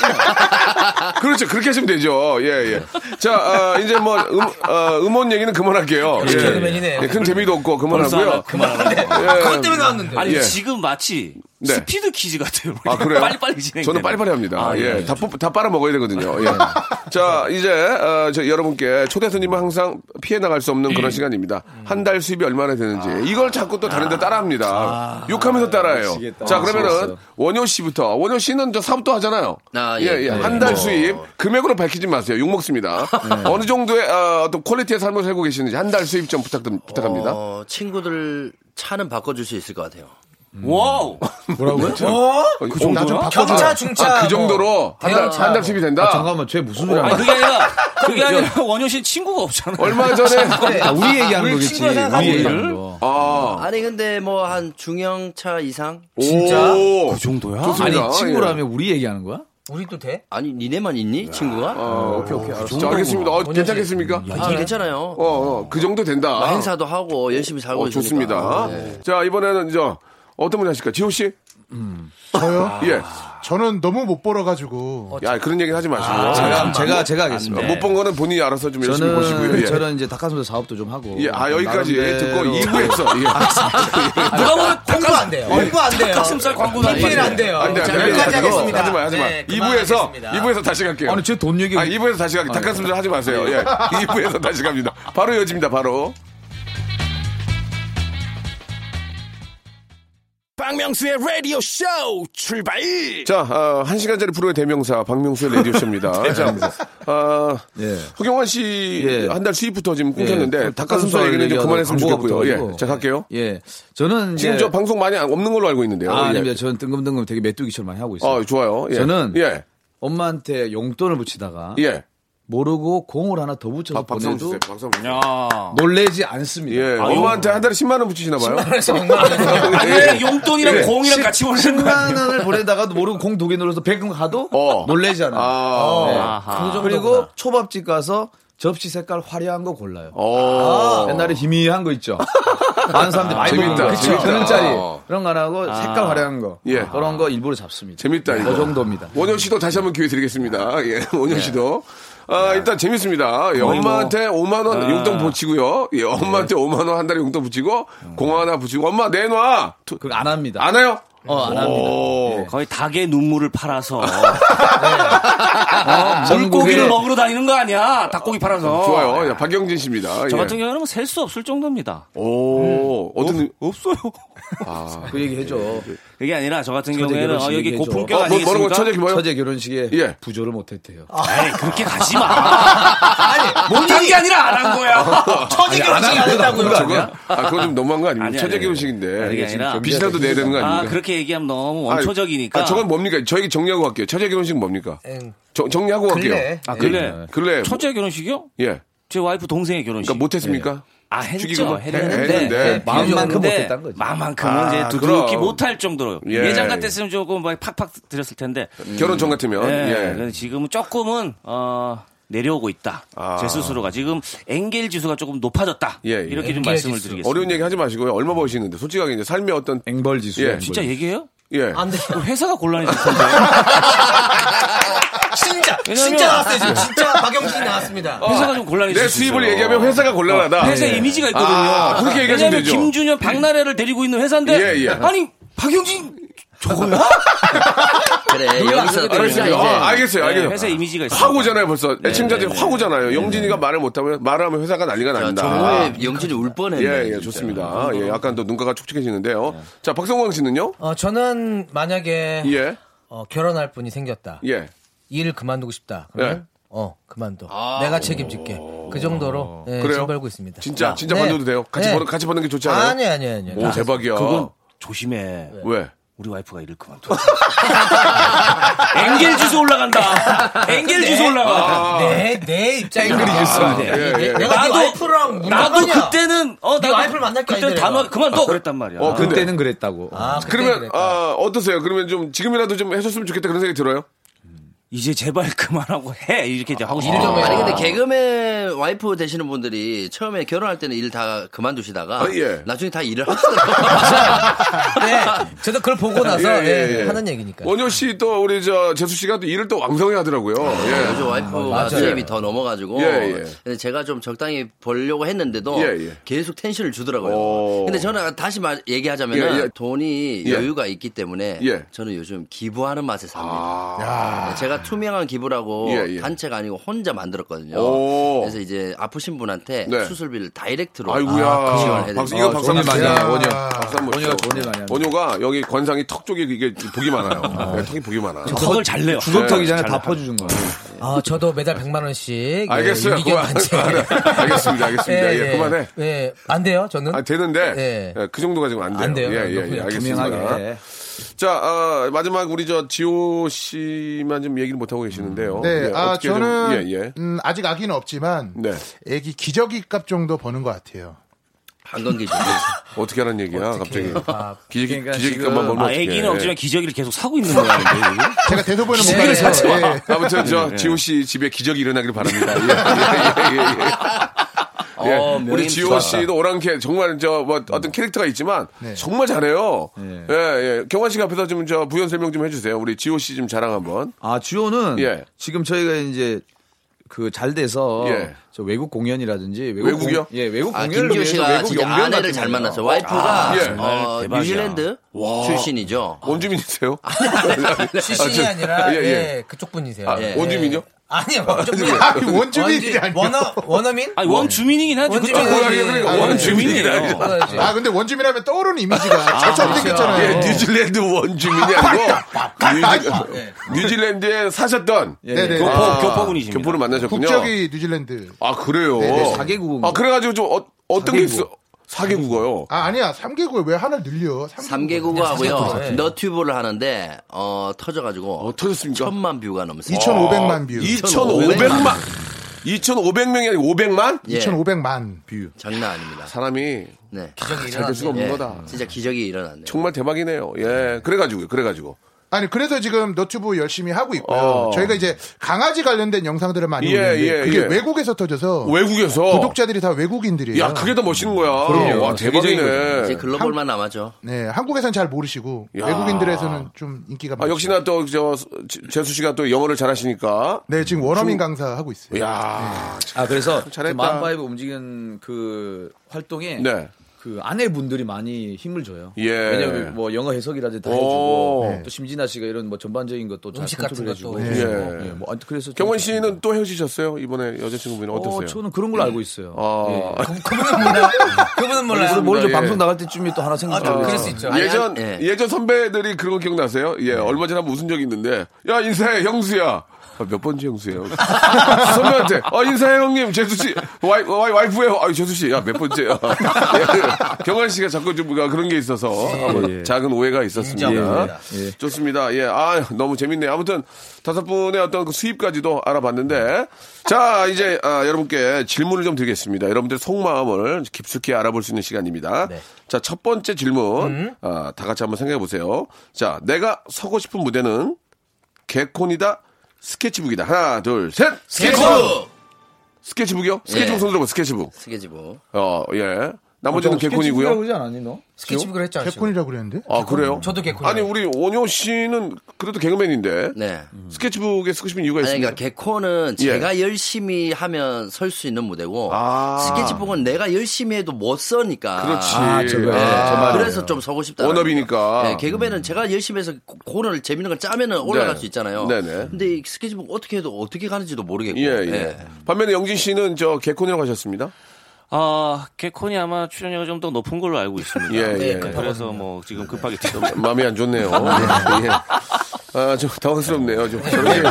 Speaker 3: 그렇죠. 그렇게 하시면 되죠. 예, 예. 자, 아, 이제 뭐, 음, 아, 음원 얘기는 그만할게요.
Speaker 2: 역시 그렇죠. 개그맨이네.
Speaker 3: 예, 큰 재미도 없고, 그만하고요. 예.
Speaker 2: 벌써 그만하고.
Speaker 3: 그것 때문에
Speaker 2: 나왔는데. 아니,
Speaker 3: 예.
Speaker 2: 지금 마치
Speaker 3: 네.
Speaker 2: 스피드 퀴즈 같아요.
Speaker 3: 아, 그래요?
Speaker 2: 빨리빨리 진행.
Speaker 3: 저는 빨리빨리 합니다.
Speaker 2: 아,
Speaker 3: 예. 다, 뽑- 다 빨아먹어야 되거든요. 예. 자, 이제, 어, 저 여러분께 초대 손님은 항상 피해 나갈 수 없는 그런 시간입니다. 한 달 수입이 얼마나 되는지. 이걸 자꾸 또 다른 데 따라 합니다. 욕하면서 따라해요.
Speaker 11: 미치겠다.
Speaker 3: 자,
Speaker 11: 미치겠어.
Speaker 3: 그러면은, 원효 씨부터. 원효 씨는 저 사업도 하잖아요.
Speaker 11: 아,
Speaker 3: 예,
Speaker 11: 예.
Speaker 3: 예.
Speaker 11: 네.
Speaker 3: 한 달
Speaker 11: 뭐.
Speaker 3: 수입. 금액으로 밝히지 마세요. 욕먹습니다. 어느 정도의 어, 어떤 퀄리티의 삶을 살고 계시는지 한 달 수입 좀 부탁, 좀 부탁합니다.
Speaker 11: 어, 친구들 차는 바꿔줄 수 있을 것 같아요.
Speaker 2: 음. 와우!
Speaker 9: 뭐라고요?
Speaker 3: 어? 그 정도야?
Speaker 9: 나좀 바꿔줘.
Speaker 3: 경차, 중차,
Speaker 9: 아,
Speaker 3: 그 정도로 한 달-
Speaker 9: 대형차.
Speaker 3: 한달 수입이 된다?
Speaker 9: 아, 잠깐만, 쟤 무슨 소리
Speaker 4: 어,
Speaker 2: 아니,
Speaker 9: 하는
Speaker 2: 그게
Speaker 9: 거야?
Speaker 2: 아니라, 그게 아니라 원효 씨는 친구가 없잖아요.
Speaker 3: 얼마 전에-
Speaker 9: 아, 우리 얘기하는 거겠지.
Speaker 2: 친구라 생각하고
Speaker 9: 우리
Speaker 2: 있는
Speaker 9: 얘기하는
Speaker 2: 거예요.
Speaker 9: 거.
Speaker 3: 아.
Speaker 11: 아니 근데 뭐 한 중형차 이상?
Speaker 9: 그 정도야?
Speaker 11: 좋습니다.
Speaker 9: 아니 친구라면 우리 얘기하는 거야?
Speaker 4: 우리 또 돼?
Speaker 11: 아니 니네만 있니 친구가?
Speaker 3: 어. 아, 오케이 오케이. 자, 알겠습니다. 어, 괜찮겠습니까?
Speaker 11: 아,
Speaker 3: 어,
Speaker 11: 괜찮아요.
Speaker 3: 어, 그 정도 된다.
Speaker 11: 뭐 행사도 하고 열심히 살고
Speaker 3: 어, 좋습니다.
Speaker 11: 있으니까. 네.
Speaker 3: 자, 이번에는 저 어떤 분이 하실까? 지호 씨?
Speaker 5: 저요?
Speaker 3: 예.
Speaker 5: 저는 너무 못 벌어가지고
Speaker 3: 야, 그런 얘기는 하지 마시고.
Speaker 9: 아, 제가- 제가- 제가 하겠습니다. 뭐,
Speaker 3: 못 본 거는 본인이 알아서 좀 열심히
Speaker 9: 저는
Speaker 3: 보시고요. 예.
Speaker 9: 저는 이제 닭가슴살 사업도 좀 하고.
Speaker 3: 예, 아, 여기까지 듣고 2부에서. 예.
Speaker 2: 누가 보면
Speaker 4: 공부 안 돼요. 공부 안 돼요.
Speaker 2: 닭가슴살 광고도
Speaker 4: PPL 안 돼요.
Speaker 3: 안 돼, 안 돼.
Speaker 4: 자, 여기까지 하겠습니다.
Speaker 3: 네, 하지 마, 하지 마.
Speaker 4: 네,
Speaker 3: 2부에서,
Speaker 4: 그만하겠습니다.
Speaker 3: 2부에서 다시 갈게요.
Speaker 9: 아니, 제 돈 얘기.
Speaker 3: 아, 2부에서 다시 갈게요. 닭가슴살 하지 마세요.
Speaker 9: 아,
Speaker 3: 예. 2부에서 다시 갑니다. 바로 이어집니다, 바로.
Speaker 10: 박명수의 라디오 쇼 출발!
Speaker 3: 자, 어, 한 시간짜리 프로의 대명사 박명수의 라디오쇼입니다. 자, 어, 허경환 씨 한 달 수입부터 지금 끊겼는데
Speaker 9: 예,
Speaker 3: 닭가슴살 얘기는 좀
Speaker 9: 얘기하다
Speaker 3: 그만했으면
Speaker 9: 광고가
Speaker 3: 좋겠고요.
Speaker 9: 붙어가지고.
Speaker 3: 예, 자 갈게요.
Speaker 9: 예. 저는
Speaker 3: 지금
Speaker 9: 이제-
Speaker 3: 저 방송 많이 안- 없는 걸로 알고 있는데요.
Speaker 9: 아,
Speaker 3: 예.
Speaker 9: 아닙니다. 저는 뜬금뜬금 되게 메뚜기처럼 많이 하고 있어요.
Speaker 3: 아, 좋아요. 예.
Speaker 9: 저는
Speaker 3: 예.
Speaker 9: 엄마한테 용돈을 붙이다가
Speaker 3: 예.
Speaker 9: 모르고 공을 하나 더 붙여서
Speaker 3: 박- 박수
Speaker 9: 아, 보내도
Speaker 3: 주세요. 박수 한번 주세요.
Speaker 9: 놀래지 않습니다.
Speaker 2: 아,
Speaker 3: 예. 엄마한테 한 달에 10만 원 붙이시나 봐요.
Speaker 9: 10만
Speaker 3: 예. 예.
Speaker 9: 보내는 10만 원을 보내다가도 모르고 공 두 개 눌러서 100원 가도
Speaker 3: 어.
Speaker 9: 놀래지 않아요. 네.
Speaker 2: 아하.
Speaker 9: 그 그리고 초밥집 가서 접시 색깔 화려한 거 골라요.
Speaker 3: 아.
Speaker 9: 옛날에 희미한 거 있죠. 많은 사람들이 많이
Speaker 3: 재밌다,
Speaker 9: 먹는 거.
Speaker 3: 재밌다.
Speaker 9: 천 원짜리
Speaker 3: 아.
Speaker 9: 그런 거 안 하고 색깔 화려한 거.
Speaker 3: 예.
Speaker 9: 그런 거 일부러 잡습니다.
Speaker 3: 재밌다 이거. 뭐?
Speaker 9: 그 정도입니다.
Speaker 3: 원효 씨도 다시 한번 기회 드리겠습니다. 예, 원효 씨도. 아,
Speaker 2: 네.
Speaker 3: 일단 재밌습니다. 예,
Speaker 9: 거의 뭐-
Speaker 3: 엄마한테 5만 원
Speaker 9: 아.
Speaker 3: 용돈 붙이고요.
Speaker 2: 네.
Speaker 3: 예, 엄마한테 5만 원 한 달에 용돈 붙이고 공 하나 붙이고 엄마 내놔.
Speaker 9: 그거 안 합니다.
Speaker 3: 안 해요?
Speaker 9: 어, 안
Speaker 3: 합니다.
Speaker 2: 거의 닭의 눈물을 팔아서.
Speaker 9: 아,
Speaker 3: 전국에-
Speaker 2: 물고기를 먹으러 다니는 거 아니야? 닭고기 팔아서.
Speaker 3: 좋아요. 예, 박경진 씨입니다.
Speaker 2: 어. 저
Speaker 3: 예.
Speaker 2: 같은 경우는 셀 수 없을 정도입니다.
Speaker 3: 오, 어떤
Speaker 2: 없어요.
Speaker 3: 아,
Speaker 9: 그 얘기 해줘.
Speaker 2: 그게 아니라 저 같은 경우에는 어, 여기 고품격
Speaker 3: 뭐,
Speaker 9: 가
Speaker 2: 아니겠습니까?
Speaker 9: 처제 결혼식에
Speaker 3: 예.
Speaker 9: 부조를 못했대요.
Speaker 2: 에이, 그렇게 가지 마. 아니, 못한 게 아니라 안 한 거야.
Speaker 3: 아니, 안 하는 거다, 그거
Speaker 2: 아니야?
Speaker 3: 아니야? 아, 그거 좀 너무한 거 아닙니까?
Speaker 2: 아니, 아니,
Speaker 3: 처제
Speaker 2: 아니.
Speaker 3: 결혼식인데.
Speaker 2: 그게 아니라
Speaker 3: 빚이라도 내야 되는 거 아닙니까?
Speaker 2: 아, 그렇게 얘기하면 너무 원초적이니까.
Speaker 3: 아, 저건 뭡니까? 저에게 정리하고 갈게요. 처제 결혼식 뭡니까? 정, 정리하고
Speaker 2: 근래.
Speaker 3: 갈게요.
Speaker 2: 아, 근래.
Speaker 3: 예. 근래.
Speaker 2: 첫째 결혼식이요?
Speaker 3: 예.
Speaker 2: 제 와이프 동생의 결혼식.
Speaker 3: 그러니까 못했습니까?
Speaker 2: 아 했죠
Speaker 3: 죽이고 뭐
Speaker 2: 했는데,
Speaker 3: 했- 했는데. 예.
Speaker 2: 마음만큼
Speaker 3: 비교적으로
Speaker 2: 못했다는 거지 마음만큼은
Speaker 3: 아,
Speaker 2: 이제
Speaker 3: 그럼.
Speaker 2: 두둑히 못할 정도로
Speaker 3: 예.
Speaker 2: 예. 전 같았으면 조금 막 팍팍 드렸을 텐데
Speaker 3: 결혼
Speaker 2: 음.
Speaker 3: 전 같으면, 예.
Speaker 2: 근데 지금은 조금은 어, 내려오고 있다 제 스스로가 지금 엥겔 지수가 조금 높아졌다
Speaker 3: 아. 예, 예.
Speaker 2: 이렇게 좀 말씀을 드리겠습니다
Speaker 3: 어려운 얘기 하지 마시고요. 얼마 버시는데 솔직하게 이제 삶의 어떤
Speaker 9: 앵벌 지수.
Speaker 3: 예.
Speaker 2: 진짜 얘기해요?
Speaker 3: 예.
Speaker 2: 안돼 회사가 곤란해질 텐데
Speaker 4: 진짜 진짜 나왔어요 지금 진짜 박영진이 나왔습니다.
Speaker 2: 어. 회사가 좀 곤란해질
Speaker 3: 내
Speaker 2: 수
Speaker 3: 수입을
Speaker 2: 있어요.
Speaker 3: 얘기하면 회사가 곤란하다.
Speaker 2: 아. 어, 회사
Speaker 3: 예.
Speaker 2: 이미지가 있거든요.
Speaker 3: 아, 그렇게 얘기하시면
Speaker 2: 왜냐면
Speaker 3: 되죠. 음.
Speaker 2: 김준현, 박나래를 데리고 있는 회사인데
Speaker 3: 예, 예.
Speaker 2: 아니 박영진 저거야?
Speaker 11: 그래, 여기서
Speaker 3: 알겠어요.
Speaker 11: 그러니까 이제
Speaker 3: 아, 알겠어요. 알겠어요.
Speaker 2: 예,
Speaker 11: 네, 회사에 이미지가 있어요.
Speaker 3: 확 오잖아요, 벌써.
Speaker 11: 네,
Speaker 3: 애청자들이
Speaker 11: 네, 네.
Speaker 3: 확 오잖아요. 영진이가 말을 못하면, 말을 하면 회사가 난리가 납니다.
Speaker 11: 정말 영진이 울 뻔했네.
Speaker 3: 예, 예,
Speaker 11: 진짜.
Speaker 3: 좋습니다.
Speaker 2: 네.
Speaker 3: 예, 약간 더 눈가가 촉촉해지는데요. 자, 박성광 씨는요?
Speaker 4: 어, 저는 만약에
Speaker 3: 예.
Speaker 4: 어, 결혼할 분이 생겼다.
Speaker 3: 예.
Speaker 4: 일을 그만두고 싶다.
Speaker 2: 네.
Speaker 4: 그러면
Speaker 3: 예.
Speaker 4: 어 그만둬. 내가 책임질게. 그 정도로 예,
Speaker 3: 아. 그래요?
Speaker 4: 짐 벌고 있습니다.
Speaker 3: 진짜, 진짜
Speaker 4: 네.
Speaker 3: 관둬도 돼요? 같이
Speaker 4: 네.
Speaker 3: 버는, 같이 버는 게 좋지 않아요?
Speaker 4: 아니 아니 아니.
Speaker 3: 오, 대박이야.
Speaker 2: 그건 어. 조심해.
Speaker 3: 왜?
Speaker 2: 우리 와이프가 일을 그만둬. 엥겔 주소 올라간다. 엥겔 주소
Speaker 3: 네? 아.
Speaker 2: 올라가.
Speaker 4: 내, 네, 내 입장에
Speaker 2: 앵글이
Speaker 4: 그래서.
Speaker 2: 있어야 돼.
Speaker 4: 내-
Speaker 2: 예, 예.
Speaker 4: 내가 네
Speaker 2: 나도-
Speaker 4: 와이프랑 무슨
Speaker 2: 나도
Speaker 4: 상관이야.
Speaker 2: 그때는, 어,
Speaker 4: 네
Speaker 2: 나도
Speaker 4: 와이프를 만날 게
Speaker 2: 그때는
Speaker 4: 아니라.
Speaker 2: 단호하게 그만둬. 그랬단 말이야.
Speaker 3: 어, 근데-
Speaker 9: 그때는 그랬다고.
Speaker 4: 아,
Speaker 3: 그러면, 아, 어떠세요? 그러면 좀, 지금이라도 좀 해줬으면 좋겠다 그런 생각이 들어요?
Speaker 2: 이제 제발 그만하고 해. 이렇게 이제 하고 싶어.
Speaker 11: 아니 근데 개그맨 와이프 되시는 분들이 처음에 결혼할 때는 일 다 그만두시다가
Speaker 3: 아, 예. 네.
Speaker 11: 나중에 다 일을 하시더라고요.
Speaker 4: 저도 그걸 보고 나서 예, 하는 얘기니까.
Speaker 3: 원효 씨 또 우리 저 재수 씨가 또 일을 또 왕성히 하더라고요. 예.
Speaker 11: 요즘 와이프가
Speaker 3: 맞아요.
Speaker 11: 수입이 더 넘어가지고
Speaker 3: 예, 예.
Speaker 11: 근데 제가 좀 적당히 벌려고 했는데도
Speaker 3: 예, 예.
Speaker 11: 계속 텐션을 주더라고요. 근데 저는 다시 말 얘기하자면
Speaker 3: 예, 예.
Speaker 11: 은 돈이
Speaker 3: 예.
Speaker 11: 여유가 있기 때문에
Speaker 3: 예. 아.
Speaker 11: 저는 요즘 기부하는 맛에 삽니다. 제가 투명한 기부라고
Speaker 3: 예, 예.
Speaker 11: 단체가 아니고 혼자 만들었거든요.
Speaker 3: 오.
Speaker 11: 그래서 이제 아프신 분한테
Speaker 3: 네.
Speaker 11: 수술비를 다이렉트로
Speaker 3: 아이고야.
Speaker 11: 그 지원해
Speaker 3: 박수, 이거 박수 한번
Speaker 9: 돈이
Speaker 3: 주세요.
Speaker 9: 많이 해요, 원효.
Speaker 3: 박수 한번 주세요.
Speaker 9: 원효가 돈이 많이 합니다.
Speaker 3: 원효가 여기 관상이 턱 쪽에 이게 복이 많아요. 네, 턱이 복이 많아요.
Speaker 2: 그걸 잘 내요.
Speaker 9: 주걱턱이잖아요.
Speaker 3: 잘
Speaker 9: 다 퍼주는 거야.
Speaker 4: 네. 아, 저도 매달 100만 원씩
Speaker 3: 알겠어요.
Speaker 4: 예, 유기견
Speaker 3: 그만.
Speaker 4: 단체.
Speaker 3: 알겠습니다. 알겠습니다. 예, 그만해.
Speaker 4: 예, 안 돼요. 저는
Speaker 3: 아, 되는데 예, 그 정도가 지금 안 돼요.
Speaker 4: 안 돼요?
Speaker 3: 예, 예, 예,
Speaker 4: 그냥
Speaker 3: 알겠습니다.
Speaker 4: 투명하게.
Speaker 3: 자 아, 마지막 우리 저 지호 씨만 좀 얘기를 못 하고 계시는데요.
Speaker 5: 네,
Speaker 3: 예,
Speaker 5: 아,
Speaker 3: 어떻게 좀- 예,
Speaker 5: 저는,
Speaker 3: 예.
Speaker 5: 음, 아직 아기는 없지만,
Speaker 3: 네.
Speaker 5: 애기 기저귀 값 정도 버는 것 같아요.
Speaker 11: 안건 기준.
Speaker 3: 어떻게 하는 얘기야, 갑자기.
Speaker 2: 아,
Speaker 3: 기저귀,
Speaker 2: 그러니까 지금-
Speaker 3: 기저귀값만 벌면
Speaker 2: 아,
Speaker 3: 어떡해.
Speaker 2: 애기는 네.
Speaker 3: 예.
Speaker 2: 없지만 기저귀를 계속 사고 있는 모양인데, 여기?
Speaker 5: 제가 대소보는 못
Speaker 2: 기저귀를
Speaker 5: 가요.
Speaker 2: 사지 마.
Speaker 3: 아무튼 저
Speaker 2: 예.
Speaker 3: 지호 씨 집에 기적이 일어나길 바랍니다. 예, 예, 예, 예, 예. 예,
Speaker 11: 어,
Speaker 3: 우리
Speaker 11: 명인
Speaker 3: 지호
Speaker 11: 좋다.
Speaker 3: 씨도 오랑캐 정말 저 뭐
Speaker 2: 음.
Speaker 3: 어떤 캐릭터가 있지만
Speaker 5: 네.
Speaker 3: 정말 잘해요. 예,
Speaker 2: 네.
Speaker 3: 예. 경환 씨가 앞에서 좀 저 부연 설명 좀 해주세요. 우리 지호 씨 좀 자랑 한번.
Speaker 9: 아, 주호는
Speaker 3: 예.
Speaker 9: 지금 저희가 이제 그 잘 돼서
Speaker 3: 예.
Speaker 9: 저 외국 공연이라든지 외국
Speaker 3: 외국이요?
Speaker 9: 공- 예, 외국
Speaker 11: 아,
Speaker 9: 공연을
Speaker 11: 김기호
Speaker 9: 위해서
Speaker 11: 씨가
Speaker 9: 외국
Speaker 11: 진짜
Speaker 9: 연변
Speaker 11: 아내를
Speaker 9: 같은
Speaker 11: 잘
Speaker 9: 거요.
Speaker 11: 만났어요. 와이프가
Speaker 9: 아, 예.
Speaker 11: 어,
Speaker 9: 정말 대박이야.
Speaker 11: 뉴질랜드 출신이죠.
Speaker 2: 아.
Speaker 3: 원주민이세요?
Speaker 4: 출신이
Speaker 3: 아, 저-
Speaker 4: 그 아니라
Speaker 3: 예,
Speaker 4: 예,
Speaker 3: 예.
Speaker 4: 그쪽 분이세요.
Speaker 3: 아,
Speaker 4: 예.
Speaker 3: 원주민요?
Speaker 4: 아니요, 원주민.
Speaker 5: 아니, 원주민이 아니고.
Speaker 4: 원어, 원어민?
Speaker 2: 아니, 원주민이긴 그렇죠? 한데.
Speaker 4: 원주민이-
Speaker 3: 뭐.
Speaker 4: 아, 네.
Speaker 3: 그러니까 원주민이에요.
Speaker 4: 그거지.
Speaker 5: 아, 근데 원주민하면 떠오르는 이미지가
Speaker 3: 예,
Speaker 5: 저처럼
Speaker 2: 어.
Speaker 5: 생겼잖아요.
Speaker 3: 뉴질랜드 원주민이
Speaker 2: 아,
Speaker 3: 아니고 뉴질, 랜드에 사셨던
Speaker 9: 예,
Speaker 5: 네네.
Speaker 2: 예. 교포,
Speaker 3: 아,
Speaker 2: 교포군이십니다.
Speaker 3: 교포를 만나셨군요.
Speaker 5: 국적이 뉴질랜드.
Speaker 3: 아 그래요.
Speaker 5: 네네,
Speaker 3: 아 그래가지고 좀 어, 어떤 게 있어? 사개국어요.
Speaker 5: 아, 아니야. 3개국을 왜 하나 늘려?
Speaker 11: 3개국어 하고요.
Speaker 5: 네.
Speaker 11: 너튜브를 하는데 어 터져가지고
Speaker 3: 어, 터졌습니까?
Speaker 11: 천만 뷰가 넘습니다.
Speaker 5: 2,500만 뷰.
Speaker 3: 2,500만.
Speaker 2: 아.
Speaker 3: 2,500명이 아니고 500만?
Speaker 11: 예,
Speaker 5: 2,500만 뷰.
Speaker 11: 장난 아닙니다.
Speaker 3: 사람이
Speaker 11: 네.
Speaker 3: 잘될 수가 없는
Speaker 11: 예,
Speaker 3: 거다.
Speaker 11: 진짜 기적이 일어났네요.
Speaker 3: 정말 대박이네요. 예, 그래가지고요. 그래가지고.
Speaker 5: 아니 그래서 지금 너튜브 열심히 하고 있고요.
Speaker 3: 어.
Speaker 5: 저희가 이제 강아지 관련된 영상들을 많이
Speaker 3: 예,
Speaker 5: 올리는데
Speaker 3: 예,
Speaker 5: 그게
Speaker 3: 예.
Speaker 5: 외국에서 터져서
Speaker 3: 외국에서?
Speaker 5: 구독자들이 다 외국인들이에요.
Speaker 3: 야, 그게 더 멋있는 거야.
Speaker 9: 그럼요.
Speaker 2: 아,
Speaker 3: 와,
Speaker 11: 이제
Speaker 3: 대박이네.
Speaker 11: 글로벌만 남았죠.
Speaker 5: 네, 한국에선 잘 모르시고
Speaker 3: 야.
Speaker 5: 외국인들에서는 좀 인기가
Speaker 3: 아,
Speaker 5: 많아요.
Speaker 3: 역시나 또, 저, 재수 씨가 또 영어를 잘하시니까.
Speaker 5: 네, 지금 원어민 강사 하고 있어요.
Speaker 3: 야
Speaker 5: 네.
Speaker 9: 아, 그래서
Speaker 3: 잘했다.
Speaker 9: 마음바이브 움직이는 그 활동에
Speaker 3: 네.
Speaker 9: 그 아내분들이 많이 힘을 줘요.
Speaker 3: 예.
Speaker 9: 왜냐면 뭐 영어 해석이라든지 다
Speaker 3: 오.
Speaker 9: 해주고 또 심진아 씨가 이런 뭐 전반적인 것도 잘
Speaker 4: 네. 음식 같은
Speaker 9: 컨트롤 해주고.
Speaker 4: 것도.
Speaker 3: 예.
Speaker 9: 예, 뭐 아무튼 그래서 좀
Speaker 3: 경원 씨는 또 헤어지셨어요? 이번에 여자친구분이 어땠어요?
Speaker 9: 어, 저는 그런 걸로 알고 있어요.
Speaker 3: 아.
Speaker 9: 예.
Speaker 4: 그분은 몰라. 그분은 몰라.
Speaker 9: 그래서 모르죠.
Speaker 3: 예.
Speaker 9: 방송 나갈 때쯤에 또 하나
Speaker 4: 아,
Speaker 9: 생각나고.
Speaker 4: 좀 그럴 수 있죠.
Speaker 3: 예전
Speaker 11: 아니, 아니, 예.
Speaker 3: 예전 선배들이 그런 거 기억나세요? 예,
Speaker 5: 네.
Speaker 3: 얼마 전에 한번 웃은 적이 있는데 야 인사해 형수야. 아, 몇 번째 형수예요? 선배한테 아 인사해 형님 재수 씨 와이 와이 와이프예요. 아 재수 씨야 몇 번째야? 예, 경환 씨가 자꾸 좀 뭔가 그런 게 있어서 한번
Speaker 9: 예.
Speaker 3: 작은 오해가 있었습니다.
Speaker 4: 인정합니다.
Speaker 9: 예.
Speaker 3: 좋습니다. 예, 아 너무 재밌네요. 아무튼 다섯 분의 어떤 그 수입까지도 알아봤는데 자 이제 아, 여러분께 질문을 좀 드리겠습니다. 여러분들 속마음을 깊숙이 알아볼 수 있는 시간입니다.
Speaker 9: 네.
Speaker 3: 자 첫 번째 질문
Speaker 9: 음.
Speaker 3: 아, 다 같이 한번 생각해 보세요. 자 내가 서고 싶은 무대는 개콘이다. 스케치북이다. 하나, 둘, 셋.
Speaker 11: 네.
Speaker 3: 스케치북. 스케치북이요? 스케치북
Speaker 11: 예.
Speaker 3: 손들어 봐. 스케치북.
Speaker 11: 스케치북.
Speaker 3: 어, 예. 나머지는 개콘이고요.
Speaker 5: 그러지 않았니 너?
Speaker 4: 스케치북을 했잖아, 지금.
Speaker 5: 개콘이라고 그랬는데?
Speaker 3: 아 그래요?
Speaker 4: 저도 개콘이에요.
Speaker 3: 아니 우리 원효 씨는 그래도 개그맨인데 스케치북에 쓰고 싶은 이유가
Speaker 11: 네. 아니,
Speaker 3: 있습니다.
Speaker 11: 그러니까 개코는
Speaker 3: 예.
Speaker 11: 제가 열심히 하면 설 수 있는 무대고 스케치북은 내가 열심히 해도 못 서니까.
Speaker 3: 아. 그렇지. 아, 저거요. 저 말이에요.
Speaker 11: 그래서 좀 서고 싶다.
Speaker 3: 워너비니까.
Speaker 11: 네, 개그맨은 제가 열심히 해서 고- 고를 재밌는 걸 짜면은 올라갈
Speaker 3: 네.
Speaker 11: 수 있잖아요.
Speaker 3: 네네.
Speaker 11: 근데 이 스케치북 어떻게 해도 어떻게 가는지도 모르겠고.
Speaker 3: 예, 예.
Speaker 11: 네.
Speaker 3: 반면에 영진 씨는 저 개콘이라고 하셨습니다.
Speaker 2: 아, 개콘이 아마 출연료가 좀 더 높은 걸로 알고 있습니다.
Speaker 3: 예, 예.
Speaker 2: 네, 그래서 뭐 지금 급하게 뛰어.
Speaker 3: 마음이 안 좋네요. 예, 예. 아, 좀 당황스럽네요. 좀. 저렇게.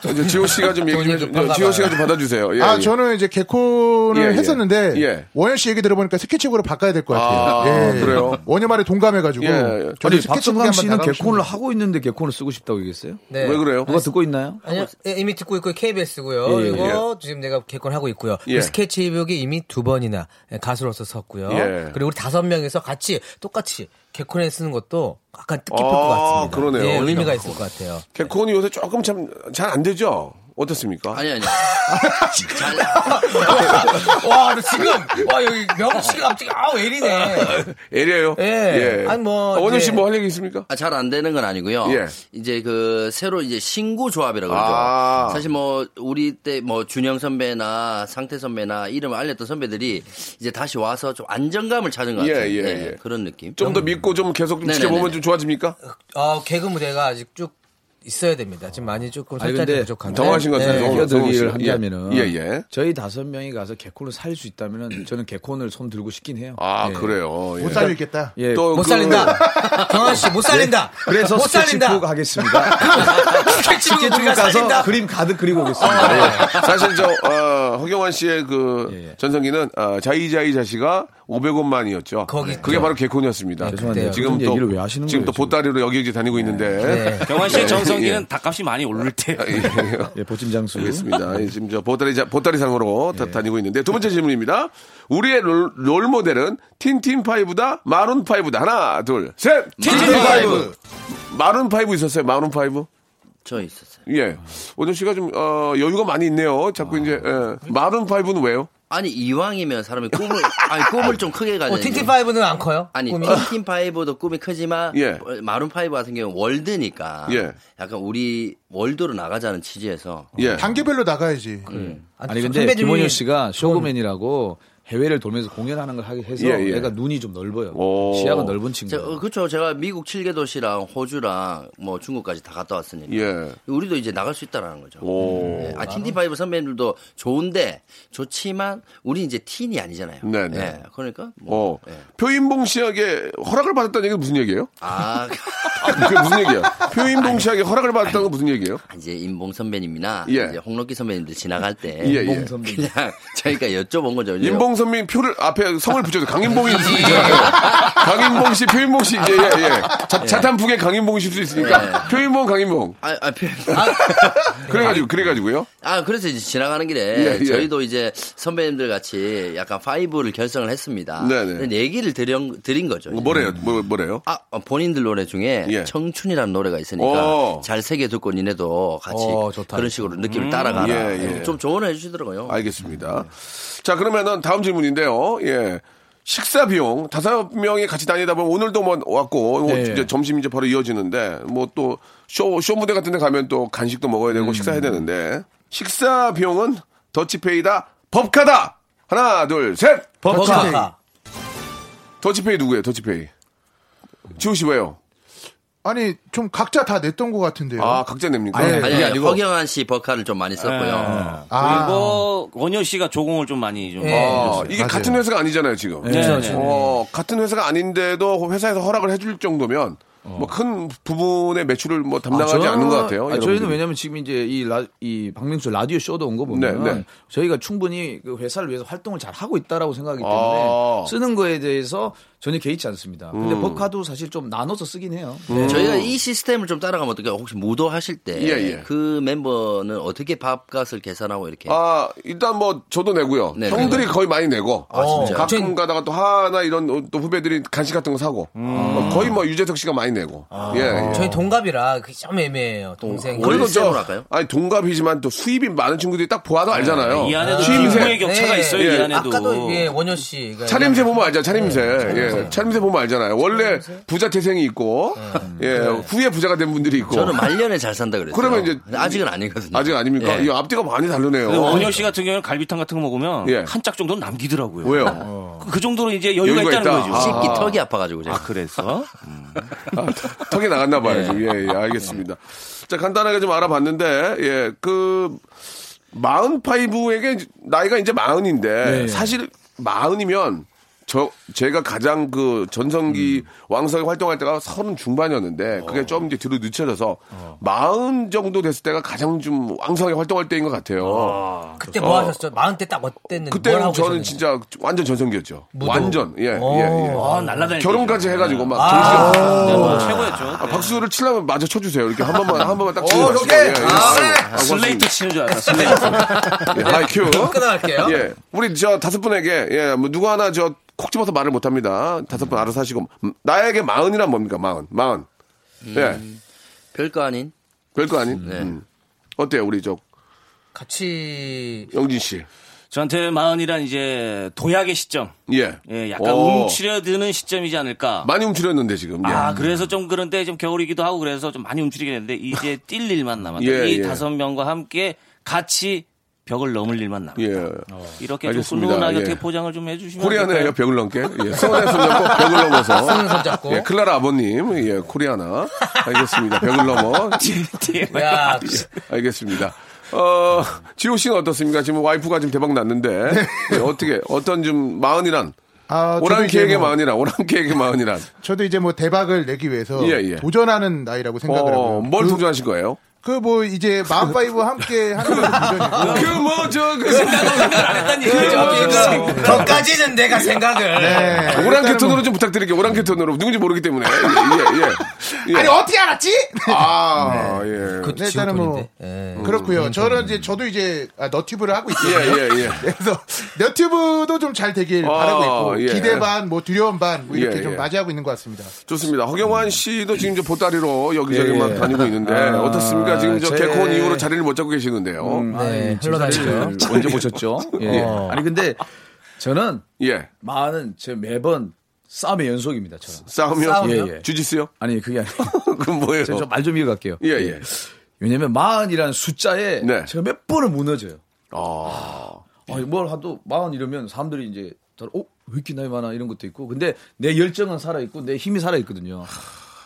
Speaker 3: 저 지호 씨가 좀 얘기 좀, 좀 지호 씨가 좀 받아주세요. 예,
Speaker 5: 아
Speaker 3: 예.
Speaker 5: 저는 이제
Speaker 3: 예,
Speaker 5: 개콘을
Speaker 3: 예.
Speaker 5: 했었는데
Speaker 3: 예.
Speaker 5: 원현 씨 얘기 들어보니까 스케치북으로 바꿔야 될 것 같아요. 예.
Speaker 3: 아, 그래요?
Speaker 5: 원현 말에 동감해가지고.
Speaker 9: 예, 예.
Speaker 5: 저는
Speaker 9: 아니,
Speaker 5: 스케치북에
Speaker 9: 박정강
Speaker 5: 한번
Speaker 9: 씨는
Speaker 5: 나가보고
Speaker 9: 개콘을 하고 있는데 개콘을 쓰고 싶다고 얘기했어요?
Speaker 4: 네. 왜 그래요?
Speaker 9: 누가 듣고 있나요?
Speaker 4: 아니요, 예, 이미 듣고 있고 KBS고요.
Speaker 9: 예, 예.
Speaker 4: 그리고 지금 내가 개콘하고 있고요.
Speaker 9: 예.
Speaker 4: 그 스케치북이 이미 두 번이나 예, 가수로서 섰고요.
Speaker 9: 예.
Speaker 4: 그리고 우리 다섯 명에서 같이 똑같이 개콘에 쓰는 것도 약간 뜻깊을
Speaker 3: 아,
Speaker 4: 것 같습니다.
Speaker 3: 그러네요.
Speaker 4: 예, 의미가
Speaker 3: 그러니까.
Speaker 4: 있을 것 같아요.
Speaker 3: 개콘이 요새 조금 참 잘 안 되죠? 어떻습니까?
Speaker 11: 아니 아니.
Speaker 4: 와, 나 지금 와 여기 명치가 갑자기 아우 애리네.
Speaker 3: 에리에요?
Speaker 11: 예.
Speaker 4: 아니 뭐
Speaker 11: 아, 원효 씨
Speaker 4: 이제
Speaker 11: 뭐
Speaker 3: 할 얘기 있습니까?
Speaker 11: 잘 안 되는 건 아니고요.
Speaker 3: 예.
Speaker 11: 이제 그 새로 이제 신구 조합이라고 그러죠.
Speaker 3: 아.
Speaker 11: 사실 뭐 우리 때 뭐 준영 선배나 상태 선배나 이름 알렸던 선배들이 이제 다시 와서 좀 안정감을 찾은 것
Speaker 3: 예,
Speaker 11: 같아요.
Speaker 3: 예,
Speaker 11: 네,
Speaker 3: 예.
Speaker 11: 그런 느낌.
Speaker 3: 좀 더 믿고 좀 계속 좀
Speaker 11: 네네네.
Speaker 3: 지켜보면 좀 좋아집니까?
Speaker 4: 어, 개그 무대가 아직 쭉 있어야 됩니다. 지금 많이 조금
Speaker 9: 아니
Speaker 4: 살짝
Speaker 9: 근데
Speaker 4: 부족한데.
Speaker 3: 당황하신 것 같아요.
Speaker 4: 네.
Speaker 3: 성우, 성우 씨가.
Speaker 9: 끼어들기를 한다면은
Speaker 3: 예, 예.
Speaker 9: 저희 다섯 명이 가서 개콘을 살 수 있다면은 저는 개콘을 손 들고 싶긴 해요.
Speaker 3: 아,
Speaker 9: 예.
Speaker 3: 그래요. 예.
Speaker 5: 못 살리겠다.
Speaker 9: 예.
Speaker 3: 또
Speaker 9: 못
Speaker 3: 그-
Speaker 9: 살린다.
Speaker 4: 경환 씨 못 살린다.
Speaker 9: 예. 그래서
Speaker 4: 못
Speaker 9: 스케치북
Speaker 4: 살린다. 뭐
Speaker 9: 하겠습니다.
Speaker 4: 스케치북 우리가
Speaker 9: 가서 아, 네.
Speaker 4: 살린다.
Speaker 9: 그림 가득 그리고 오겠습니다.
Speaker 3: 예. 사실 저 어, 허경환 씨의 그
Speaker 9: 예,
Speaker 3: 전성기는 어, 자이자이 자시가 500원만이었죠. 예. 그게 바로 개콘이었습니다.
Speaker 9: 예, 죄송한데요.
Speaker 3: 지금
Speaker 9: 무슨
Speaker 3: 또
Speaker 9: 얘기를 왜 하시는
Speaker 3: 지금 또 보따리로 여기저기 다니고 있는데.
Speaker 2: 경환 씨의
Speaker 3: 예,
Speaker 2: 정성기는
Speaker 3: 예.
Speaker 2: 닭값이 많이 오를 때.
Speaker 9: 네.
Speaker 3: 예, 보침장수.
Speaker 11: 음.
Speaker 3: 알겠습니다. 예, 지금 저 보따리, 자- 보따리상으로
Speaker 11: 예.
Speaker 3: 다- 다니고 있는데 두 번째 질문입니다. 우리의 롤, 롤 모델은 틴틴파이브다, 마룬파이브다. 하나, 둘, 셋!
Speaker 11: 틴틴파이브!
Speaker 3: 마룬파이브 있었어요, 마룬파이브?
Speaker 11: 저 있었어요.
Speaker 3: 예. 오정 씨가 좀, 어, 여유가 많이 있네요. 자꾸
Speaker 11: 아.
Speaker 3: 이제, 예. 마룬파이브는 왜요?
Speaker 11: 아니 이왕이면 사람이 꿈을 아니 꿈을 좀 크게 가야
Speaker 4: 어,
Speaker 11: 되는데.
Speaker 4: 틴틴파이브는 안 커요?
Speaker 11: 아니
Speaker 4: 꿈이?
Speaker 11: 틴틴 파이브도 꿈이 크지만
Speaker 4: 예.
Speaker 11: 마룬 파이브 같은 경우는 월드니까
Speaker 5: 예.
Speaker 11: 약간 우리 월드로 나가자는 취지에서
Speaker 3: 예.
Speaker 5: 단계별로 나가야지.
Speaker 9: 아니 근데 김원효 씨가 쇼맨이라고 해외를 돌면서 공연하는 걸 하게 해서
Speaker 11: 예, 예.
Speaker 9: 얘가 눈이 좀 넓어요. 시야가 넓은 친구.
Speaker 11: 제가, 그렇죠. 제가 미국 7개 도시랑 호주랑 뭐 중국까지 다 갔다 왔으니까.
Speaker 3: 예.
Speaker 11: 우리도 이제 나갈 수 있다라는 거죠.
Speaker 3: 오.
Speaker 11: 예. 아, 틴티파이브 선배님들도 좋은데 좋지만 우리 이제 틴이 아니잖아요.
Speaker 3: 네네.
Speaker 11: 예. 그러니까
Speaker 3: 어. 표인봉 씨에게 허락을 받았다는 얘기는 무슨 얘기예요?
Speaker 11: 아.
Speaker 3: 그게 무슨 얘기야? 표인봉 씨에게 허락을 받았다는 건 무슨 얘기예요?
Speaker 11: 아, 이제 임봉 선배님이나
Speaker 3: 예.
Speaker 11: 이제 홍록기 선배님들 지나갈 때
Speaker 3: 예, 예. 임봉 선배님.
Speaker 11: 그냥 저희가 여쭤본 거죠.
Speaker 3: 임봉 선배님 표를 앞에 성을 붙여서 강인봉이 있을 수 있잖아요. 강인봉 씨, 표인봉 씨, 예, 예, 예. 자,
Speaker 11: 예.
Speaker 3: 자탄풍의 강인봉이실 수 있으니까. 표인봉, 강인봉.
Speaker 11: 아, 아, 표-
Speaker 3: 그래가지고, 그래가지고요.
Speaker 11: 아, 그래서 이제 지나가는 길에
Speaker 3: 예, 예.
Speaker 11: 저희도 이제 선배님들 같이 약간 파이브를 결성을 했습니다.
Speaker 3: 네네.
Speaker 11: 근데 얘기를 드린, 드린 거죠.
Speaker 3: 뭐, 뭐래요? 예. 뭐, 뭐래요?
Speaker 11: 아, 어, 본인들 노래 중에 청춘이라는 노래가 있으니까
Speaker 3: 오.
Speaker 11: 잘 새겨 듣고 니네도 같이
Speaker 3: 오, 어, 좋다.
Speaker 11: 그런 식으로 느낌을
Speaker 3: 음.
Speaker 11: 따라가라.
Speaker 3: 예, 예.
Speaker 11: 좀 조언을 해주시더라고요.
Speaker 3: 알겠습니다. 자, 그러면은 다음 질문인데요. 예. 식사 비용 다섯 명이 같이 다니다 보면 오늘도 뭐 왔고 뭐
Speaker 9: 네.
Speaker 3: 이제 점심 이제 바로 이어지는데 뭐 또 쇼 쇼 무대 같은 데 가면 또 간식도 먹어야 되고 식사해야 되는데 식사 비용은 더치페이다 법카다 하나 둘셋
Speaker 5: 법카.
Speaker 3: 더치페이 누구예요 더치페이 지호 씨 왜요
Speaker 5: 아니 좀 각자 다 냈던 것
Speaker 1: 예.
Speaker 5: 같은데요.
Speaker 3: 아 각자 냅니까
Speaker 11: 아니, 아니, 허경환 씨 버카를 좀 많이
Speaker 3: 예.
Speaker 11: 썼고요.
Speaker 2: 그리고 원효 씨가 조공을 좀 많이
Speaker 4: 예.
Speaker 2: 좀.
Speaker 3: 아,
Speaker 2: 해줬어요.
Speaker 3: 이게 같은 회사가 아니잖아요, 지금.
Speaker 2: 네, 네, 네.
Speaker 3: 어, 같은 회사가 아닌데도 회사에서 허락을 해줄 정도면 뭐 큰 부분의 매출을 뭐 담당하지
Speaker 9: 아,
Speaker 3: 않는 것
Speaker 9: 저는-
Speaker 3: 같아요.
Speaker 9: 아니,
Speaker 3: 여러분들이.
Speaker 9: 저희는 왜냐면 지금 이제 이, 라, 이 박명수 라디오 쇼도 온 거 보면
Speaker 3: 네, 네.
Speaker 9: 저희가 충분히 그 회사를 위해서 활동을 잘 하고 있다라고 생각하기 때문에
Speaker 3: 아.
Speaker 9: 쓰는 거에 대해서 전혀 개의치 않습니다. 근데
Speaker 11: 음.
Speaker 9: 버카도 사실 좀 나눠서 쓰긴 해요.
Speaker 11: 네,
Speaker 3: 음.
Speaker 11: 저희가 이 시스템을 좀 따라가면 어떻게 혹시 무도하실 때 그
Speaker 9: 예, 예.
Speaker 11: 멤버는 어떻게 밥값을 계산하고 이렇게
Speaker 3: 아, 일단 뭐 저도 내고요.
Speaker 11: 네,
Speaker 3: 형들이
Speaker 11: 네.
Speaker 3: 거의 많이 내고.
Speaker 11: 아, 진짜요?
Speaker 3: 가끔 가다가 또 하나 이런 또 후배들이 간식 같은 거 사고. 뭐 거의 뭐 유재석 씨가 많이 내고. 예, 예.
Speaker 4: 저희 동갑이라 그게 좀 애매해요. 동생.
Speaker 3: 그래도 좀- 아니 동갑이지만 또 수입이 많은 친구들이 딱 보아도 알잖아요.
Speaker 4: 이 안에도
Speaker 3: 수입새.
Speaker 4: 빈부의 격차가
Speaker 3: 네.
Speaker 4: 있어요, 이 안에도.
Speaker 9: 아까도, 예,
Speaker 4: 원효 씨.
Speaker 3: 차림새 보면 알죠, 차림새.
Speaker 9: 차림새.
Speaker 3: 예, 차림새 보면 알잖아요. 원래 부자 태생이 있고, 예, 후에 부자가 된 분들이 있고.
Speaker 11: 저는 말년에 잘 산다 그랬어요.
Speaker 3: 그러면 이제
Speaker 11: 아직은 아니거든요.
Speaker 3: 아직 아닙니까?
Speaker 11: 예.
Speaker 3: 이 앞뒤가 많이 다르네요.
Speaker 2: 그래서 원효 씨 같은 경우는 갈비탕 같은 거 먹으면
Speaker 3: 예.
Speaker 2: 한 짝 정도는 남기더라고요.
Speaker 3: 왜요?
Speaker 2: 그- 그 정도로 이제 여유가,
Speaker 3: 여유가
Speaker 2: 있다는
Speaker 3: 있다.
Speaker 2: 거죠.
Speaker 3: 씹기 턱이
Speaker 11: 아파가지고 제가.
Speaker 2: 아 그래서
Speaker 3: 아, 턱이 나갔나 봐요. 지금. 예, 예, 알겠습니다. 자, 간단하게 좀 알아봤는데, 예, 그, 마흔파이브에게 나이가 이제 마흔인데,
Speaker 9: 네.
Speaker 3: 사실 마흔이면, 저, 제가 가장 그 전성기 왕성히 활동할 때가 서른 중반이었는데, 그게 좀 이제 뒤로 늦춰져서, 마흔 정도 됐을 때가 가장 좀 왕성하게 활동할 때인 것 같아요.
Speaker 4: 그때 뭐
Speaker 3: 어,
Speaker 4: 하셨죠? 마흔 때 딱 어땠는데? 뭘
Speaker 3: 그때는
Speaker 4: 하고
Speaker 3: 저는
Speaker 4: 계셨는지.
Speaker 3: 진짜 완전 전성기였죠.
Speaker 4: 무도.
Speaker 3: 완전 예, 예, 예.
Speaker 4: 오. 아, 날라다닐
Speaker 2: 그렇죠.
Speaker 3: 결혼까지 해가지고 막
Speaker 4: 아.
Speaker 3: 정신없이.
Speaker 4: 네, 뭐
Speaker 2: 최고였죠.
Speaker 3: 아, 박수를 치려면 마저 쳐주세요. 이렇게 한 번만 한 번만 딱 예,
Speaker 2: 오,
Speaker 3: 치고.
Speaker 2: 이렇게? 아, 그래. 슬레이트 치는 줄 알았어, 슬레이트.
Speaker 3: 예, 아이큐.
Speaker 4: 끊어갈게요.
Speaker 3: 예, 우리 저 다섯 분에게 예, 뭐 누구 하나 저 콕 집어서 말을 못합니다. 다섯 분 알아서 하시고 음, 나에게 마흔이란 뭡니까? 마흔, 마흔.
Speaker 2: 음.
Speaker 3: 예,
Speaker 11: 별거 아닌.
Speaker 3: 별거 아닌.
Speaker 2: 네.
Speaker 3: 음. 어때요, 우리 저
Speaker 4: 같이
Speaker 3: 영진 씨?
Speaker 2: 저한테 마흔이란 이제 도약의 시점.
Speaker 3: 예,
Speaker 2: 예, 약간
Speaker 3: 오.
Speaker 2: 움츠려드는 시점이지 않을까.
Speaker 3: 많이 움츠렸는데 지금. 예.
Speaker 2: 아, 그래서 좀 그런데 좀 겨울이기도 하고 그래서 좀 많이 움츠리긴 했는데 이제 뛸 일만 남았다.
Speaker 3: 예,
Speaker 2: 이
Speaker 3: 예.
Speaker 2: 다섯 명과 함께 같이 벽을 넘을 일만 남았다.
Speaker 3: 예.
Speaker 2: 이렇게
Speaker 3: 알겠습니다.
Speaker 2: 좀 훈훈하게
Speaker 3: 예.
Speaker 2: 어떻게 포장을 좀 해주시면 될까요?
Speaker 3: 코리아나예요 벽을 넘게 예, 손에 손잡고 벽을 넘어서
Speaker 2: 손을 손잡고.
Speaker 3: 예, 클라라 아버님 예 코리아나 알겠습니다 벽을 넘어
Speaker 4: 야,
Speaker 3: 예, 알겠습니다 어 지호 씨는 어떻습니까 지금 와이프가 지금 대박 났는데 예, 어떻게 어떤 좀 마흔이란
Speaker 5: 아, 저도 이제
Speaker 3: 오랑캐에게
Speaker 5: 뭐-
Speaker 3: 마흔이란 오랑캐에게 마흔이란
Speaker 5: 저도 이제 뭐 대박을 내기 위해서
Speaker 3: 예, 예.
Speaker 5: 도전하는 나이라고 생각을
Speaker 3: 어,
Speaker 5: 하고요.
Speaker 3: 뭘 도전하실 거예요?
Speaker 5: 그 뭐 이제 마음파이브 함께 하는
Speaker 3: 그뭐저그 생각을
Speaker 2: 안 했다는
Speaker 4: 얘기죠. 저까지는
Speaker 9: 네,
Speaker 4: 내가 생각을.
Speaker 3: 오랑캐
Speaker 5: 뭐.
Speaker 3: 톤으로 좀 부탁드릴게요 오랑캐 톤으로 누군지 모르기 때문에 예, 예, 예. 예.
Speaker 5: 아니 어떻게 알았지?
Speaker 3: 아, 예.
Speaker 5: 네, 일단은 뭐 그렇고요. 저는 이제 저도 이제 아, 너튜브를 하고 있거든요.
Speaker 3: 예, 예, 예.
Speaker 5: 그래서 너튜브도 좀 잘 되길
Speaker 3: 아,
Speaker 5: 바라고 있고
Speaker 3: 예.
Speaker 5: 기대 반, 뭐 두려움 반, 뭐 이렇게
Speaker 3: 예,
Speaker 5: 좀
Speaker 3: 예.
Speaker 5: 맞이하고 있는 것 같습니다.
Speaker 3: 좋습니다. 허경환 씨도 지금 이제 보따리로 여기저기 막
Speaker 5: 예, 예.
Speaker 3: 다니고 있는데
Speaker 5: 아,
Speaker 3: 어떻습니까? 지금 저
Speaker 9: 제-
Speaker 3: 개콘 이후로 자리를 못 잡고 계시는데요.
Speaker 5: 음,
Speaker 9: 네, 흘러다니죠. 언제 보셨죠? 예.
Speaker 3: 어.
Speaker 9: 아니 근데 저는
Speaker 3: 예.
Speaker 9: 많은 제 매번 싸움의 연속입니다. 저는
Speaker 3: 싸움이요?
Speaker 9: 예, 예.
Speaker 3: 주짓수요?
Speaker 9: 아니 그게 아니고
Speaker 3: 그럼 뭐예요?
Speaker 9: 제가 좀 말 좀 이어갈게요.
Speaker 3: 예, 네. 예.
Speaker 9: 왜냐면 마흔이라는 숫자에 제가 몇 번을 무너져요.
Speaker 3: 아.
Speaker 9: 예. 아니, 뭘 하도 마흔 이러면 사람들이 이제 다들 어? 왜 이렇게 나이 많아? 이런 것도 있고 근데 내 열정은 살아있고 내 힘이 살아있거든요.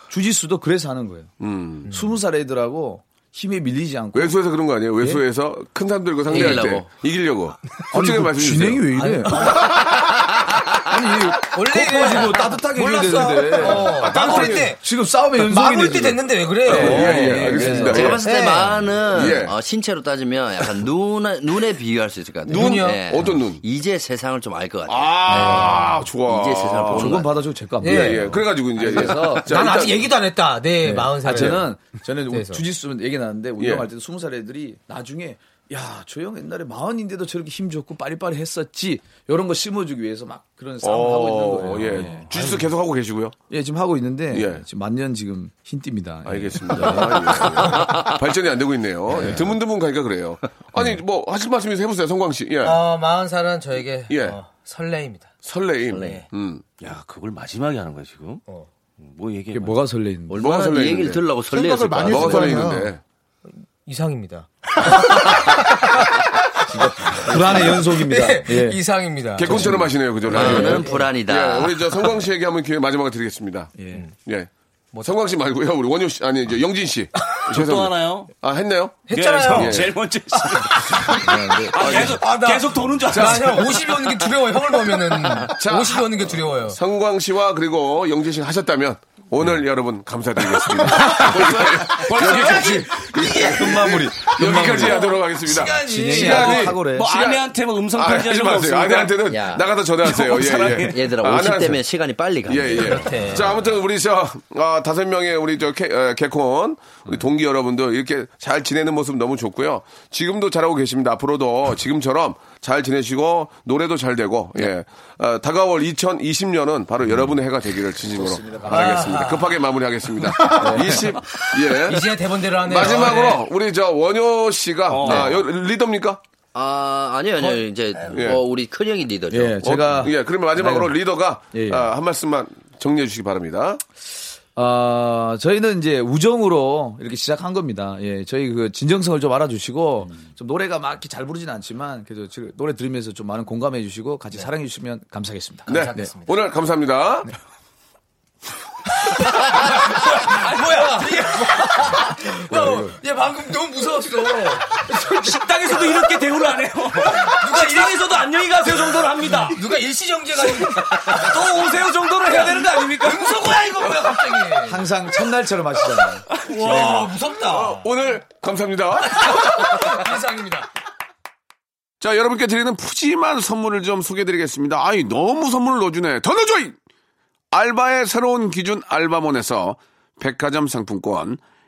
Speaker 9: 주짓수도 그래서 하는 거예요.
Speaker 3: 음.
Speaker 9: 스무 살 애들하고 힘에 밀리지 않고
Speaker 3: 외수에서 그런 거
Speaker 9: 예?
Speaker 3: 아니에요? 외수에서 큰 사람들과 상대할 때 이기려고.
Speaker 9: 이기려고.
Speaker 3: 솔직히
Speaker 9: 그
Speaker 3: 말씀해 주세요.
Speaker 9: 진행이 왜 이래? 아니,
Speaker 4: 원래
Speaker 9: 겉가지고 따뜻하게 해줘야
Speaker 4: 몰랐어.
Speaker 9: 되는데.
Speaker 4: 어,
Speaker 9: 아,
Speaker 4: 마무리
Speaker 9: 따뜻하게.
Speaker 4: 때.
Speaker 9: 지금 싸움의 연속이네.
Speaker 4: 마무리 때
Speaker 9: 지금.
Speaker 4: 됐는데 왜 그래요?
Speaker 3: 네. 알겠습니다.
Speaker 11: 제가
Speaker 3: 아, 예.
Speaker 11: 봤을 때
Speaker 3: 예.
Speaker 11: 마는
Speaker 3: 예.
Speaker 11: 어, 신체로 따지면 약간 눈에, 눈에 비유할 수 있을 것 같아요. 예.
Speaker 3: 눈이요? 어떤 눈?
Speaker 11: 이제 세상을 좀 알 것 같아요.
Speaker 3: 예. 아, 좋아.
Speaker 11: 이제 세상을 보는
Speaker 9: 조건
Speaker 11: 것
Speaker 9: 받아줘 제거 안
Speaker 3: 예, 예. 그래가지고 이제. 예.
Speaker 9: 그래서
Speaker 3: 자,
Speaker 4: 난
Speaker 3: 일단-
Speaker 4: 아직 얘기도 안 했다. 네,
Speaker 9: 네.
Speaker 4: 마흔 살.
Speaker 9: 아, 저는 저는
Speaker 4: 그래서.
Speaker 9: 주짓수 얘기 나는데
Speaker 3: 예.
Speaker 9: 운동할 때도 스무 살 애들이 나중에 야, 저 형 옛날에 마흔인데도 저렇게 힘 좋고 빠리빠리 했었지. 이런 거 심어주기 위해서 막 그런 싸움을 하고 있는
Speaker 3: 어,
Speaker 9: 거예요. 네.
Speaker 3: 예. 주짓수 계속 하고 계시고요.
Speaker 9: 예, 지금 하고 있는데
Speaker 3: 예.
Speaker 9: 지금 만년 지금 흰띠입니다.
Speaker 3: 알겠습니다. 예. 발전이 안 되고 있네요. 예, 드문드문 가니까 그래요. 아니, 뭐, 하실 말씀 있으세요? 해보세요, 성광 씨. 예.
Speaker 4: 어, 마흔 살은 저에게
Speaker 3: 예.
Speaker 4: 어, 설레입니다.
Speaker 3: 설레임.
Speaker 4: 설레.
Speaker 3: 음.
Speaker 2: 야, 그걸 마지막에 하는 거야, 지금? 뭐 얘기해. 봐.
Speaker 9: 뭐가 설레는
Speaker 4: 아,
Speaker 11: 얼마나 이 얘기를 들으려고 설레였을까?
Speaker 3: 아, 뭐가 설레이는데.
Speaker 4: 이상입니다.
Speaker 9: 불안의 연속입니다.
Speaker 4: 네,
Speaker 3: 예.
Speaker 1: 아,
Speaker 4: 이상입니다.
Speaker 3: 개콘처럼 하시네요, 그죠?
Speaker 11: 나는
Speaker 3: 라디오에.
Speaker 12: 아.
Speaker 11: 불안이다.
Speaker 3: 예, 우리 저 성광 씨에게 한번 기회 마지막에 드리겠습니다. 예.
Speaker 12: 음.
Speaker 3: 성광 씨 말고요, 우리 원효 씨, 아니, 이제 영진 씨. 죄송합니다.
Speaker 2: 하나요?
Speaker 3: 아, 했나요?
Speaker 2: 예,
Speaker 3: 예.
Speaker 2: 저 제일 먼저 했어요. 아, 계속, 계속 도는 줄
Speaker 4: 자,
Speaker 2: 알았어요.
Speaker 4: 형 50이 오는 게 두려워요. 형을 보면은
Speaker 3: 자,
Speaker 4: 50이 오는 게 두려워요.
Speaker 3: 성광 씨와 그리고 영진 씨가 하셨다면 오늘 여러분 감사드리겠습니다. 여기까지
Speaker 12: 끝마무리.
Speaker 3: 여기까지 하도록 하겠습니다.
Speaker 9: 네. 시간이.
Speaker 3: 시간이
Speaker 11: 뭐
Speaker 3: 시간-
Speaker 11: 아내한테 뭐 음성
Speaker 3: 아,
Speaker 11: 편지
Speaker 3: 하지
Speaker 11: 하는 거
Speaker 3: 마세요.
Speaker 11: 없습니까?
Speaker 3: 아내한테는
Speaker 11: 야.
Speaker 3: 나가서 전화하세요. 예, 예.
Speaker 11: 얘들아
Speaker 3: 아,
Speaker 11: 50
Speaker 3: 아내한테.
Speaker 11: 때면 시간이 빨리 가.
Speaker 3: 예, 예.
Speaker 11: 그렇대.
Speaker 3: 자, 아무튼 우리 저, 아, 다섯 명의 우리 저, 캐, 에, 개콘, 우리 동기 여러분들 이렇게 잘 지내는 모습 너무 좋고요. 지금도 잘하고 계십니다. 앞으로도 지금처럼 잘 지내시고, 노래도 잘 되고, 예. 어, 다가올 2020년은 바로 여러분의 해가 되기를 진심으로 바라겠습니다.
Speaker 4: 아하.
Speaker 3: 급하게 마무리하겠습니다. 20, 예.
Speaker 4: 이제 대본대로 하네요.
Speaker 3: 마지막으로
Speaker 4: 네.
Speaker 3: 우리 저 원효 씨가 아, 여- 리더입니까?
Speaker 11: 아 아니요 아니요 이제
Speaker 3: 예.
Speaker 11: 뭐 우리 큰 형이 리더죠.
Speaker 3: 어, 예, 그러면 마지막으로
Speaker 9: 네.
Speaker 3: 리더가
Speaker 9: 예, 예.
Speaker 3: 아, 한 말씀만 정리해 주시기 바랍니다.
Speaker 9: 아, 저희는 이제 우정으로 이렇게 시작한 겁니다. 예, 저희 그 진정성을 좀 알아주시고, 좀 노래가 막 이렇게 잘 부르진 않지만, 그래도 지금 노래 들으면서 좀 많은 공감해 주시고, 같이 사랑해 주시면 감사하겠습니다.
Speaker 3: 네, 오늘 감사합니다.
Speaker 9: 뭐야!
Speaker 12: 야, 방금 너무 무서웠어.
Speaker 2: 식당에서도 이렇게 대우를 안 해요. 누가 식당에서도 안녕히 가세요 정도를 합니다.
Speaker 13: 누가 일시정지가
Speaker 2: 또 오세요 정도를 해야 되는 거 아닙니까?
Speaker 13: 음소거야 이거 뭐야 갑자기.
Speaker 9: 항상 첫날처럼 하시잖아요.
Speaker 13: 와 무섭다.
Speaker 3: 오늘 감사합니다.
Speaker 13: 이상입니다.
Speaker 3: 자, 여러분께 드리는 푸짐한 선물을 좀 소개해 드리겠습니다. 아이, 너무 선물을 넣어주네. 더 넣어줘잉! 알바의 새로운 기준 알바몬에서 백화점 상품권,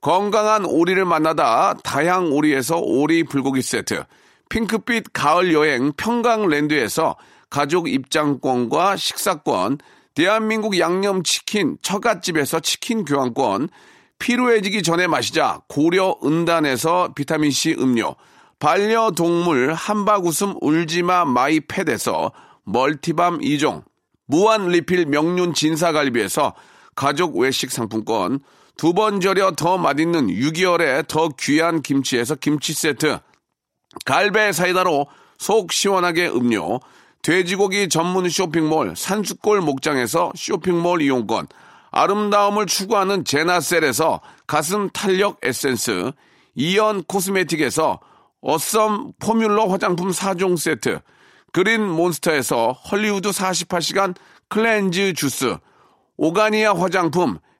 Speaker 3: 건강한 오리를 만나다 다양 오리에서 오리 불고기 세트, 핑크빛 가을 여행 평강랜드에서 가족 입장권과 식사권, 대한민국 양념치킨 처갓집에서 치킨 교환권, 피로해지기 전에 마시자 고려 은단에서 비타민C 음료, 반려동물 한바구음 울지마 마이패드에서 멀티밤 2종, 무한 리필 명륜 진사갈비에서 가족 외식 상품권, 두 번 절여 더 맛있는 6개월의 더 귀한 김치에서 김치 세트, 갈배 사이다로 속 시원하게 음료, 돼지고기 전문 쇼핑몰 산수골 목장에서 쇼핑몰 이용권, 아름다움을 추구하는 제나셀에서 가슴 탄력 에센스, 이연 코스메틱에서 어썸 포뮬러 화장품 4종 세트, 그린 몬스터에서 헐리우드 48시간 클렌즈 주스, 오가니아 화장품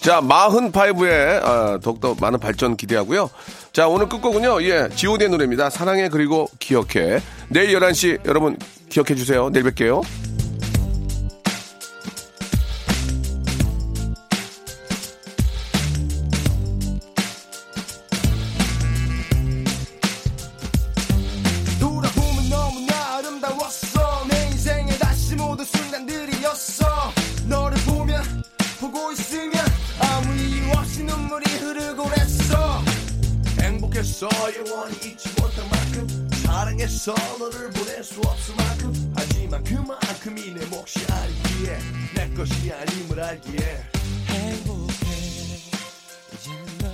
Speaker 3: 자, 마흔파이브의 아, 더욱더 많은 발전 기대하고요. 자, 오늘 끝곡은요. 예, 지오디의 노래입니다. 사랑해 그리고 기억해. 내일 11시 여러분 기억해 주세요. 내일 뵐게요.
Speaker 1: 돌아보면 너무나 아름다웠어 내 인생의 다시 모든 순간들이었어 너를 보면 보고 있으면 아무 이유 없이 눈물이 흐르곤 했어 행복했어 영원히 잊지 못할 만큼 사랑했어 너를 보낼 수 없을 만큼 하지만 그만큼이 내 몫이 아니기에 내 것이 아님을 알기에 행복해 이제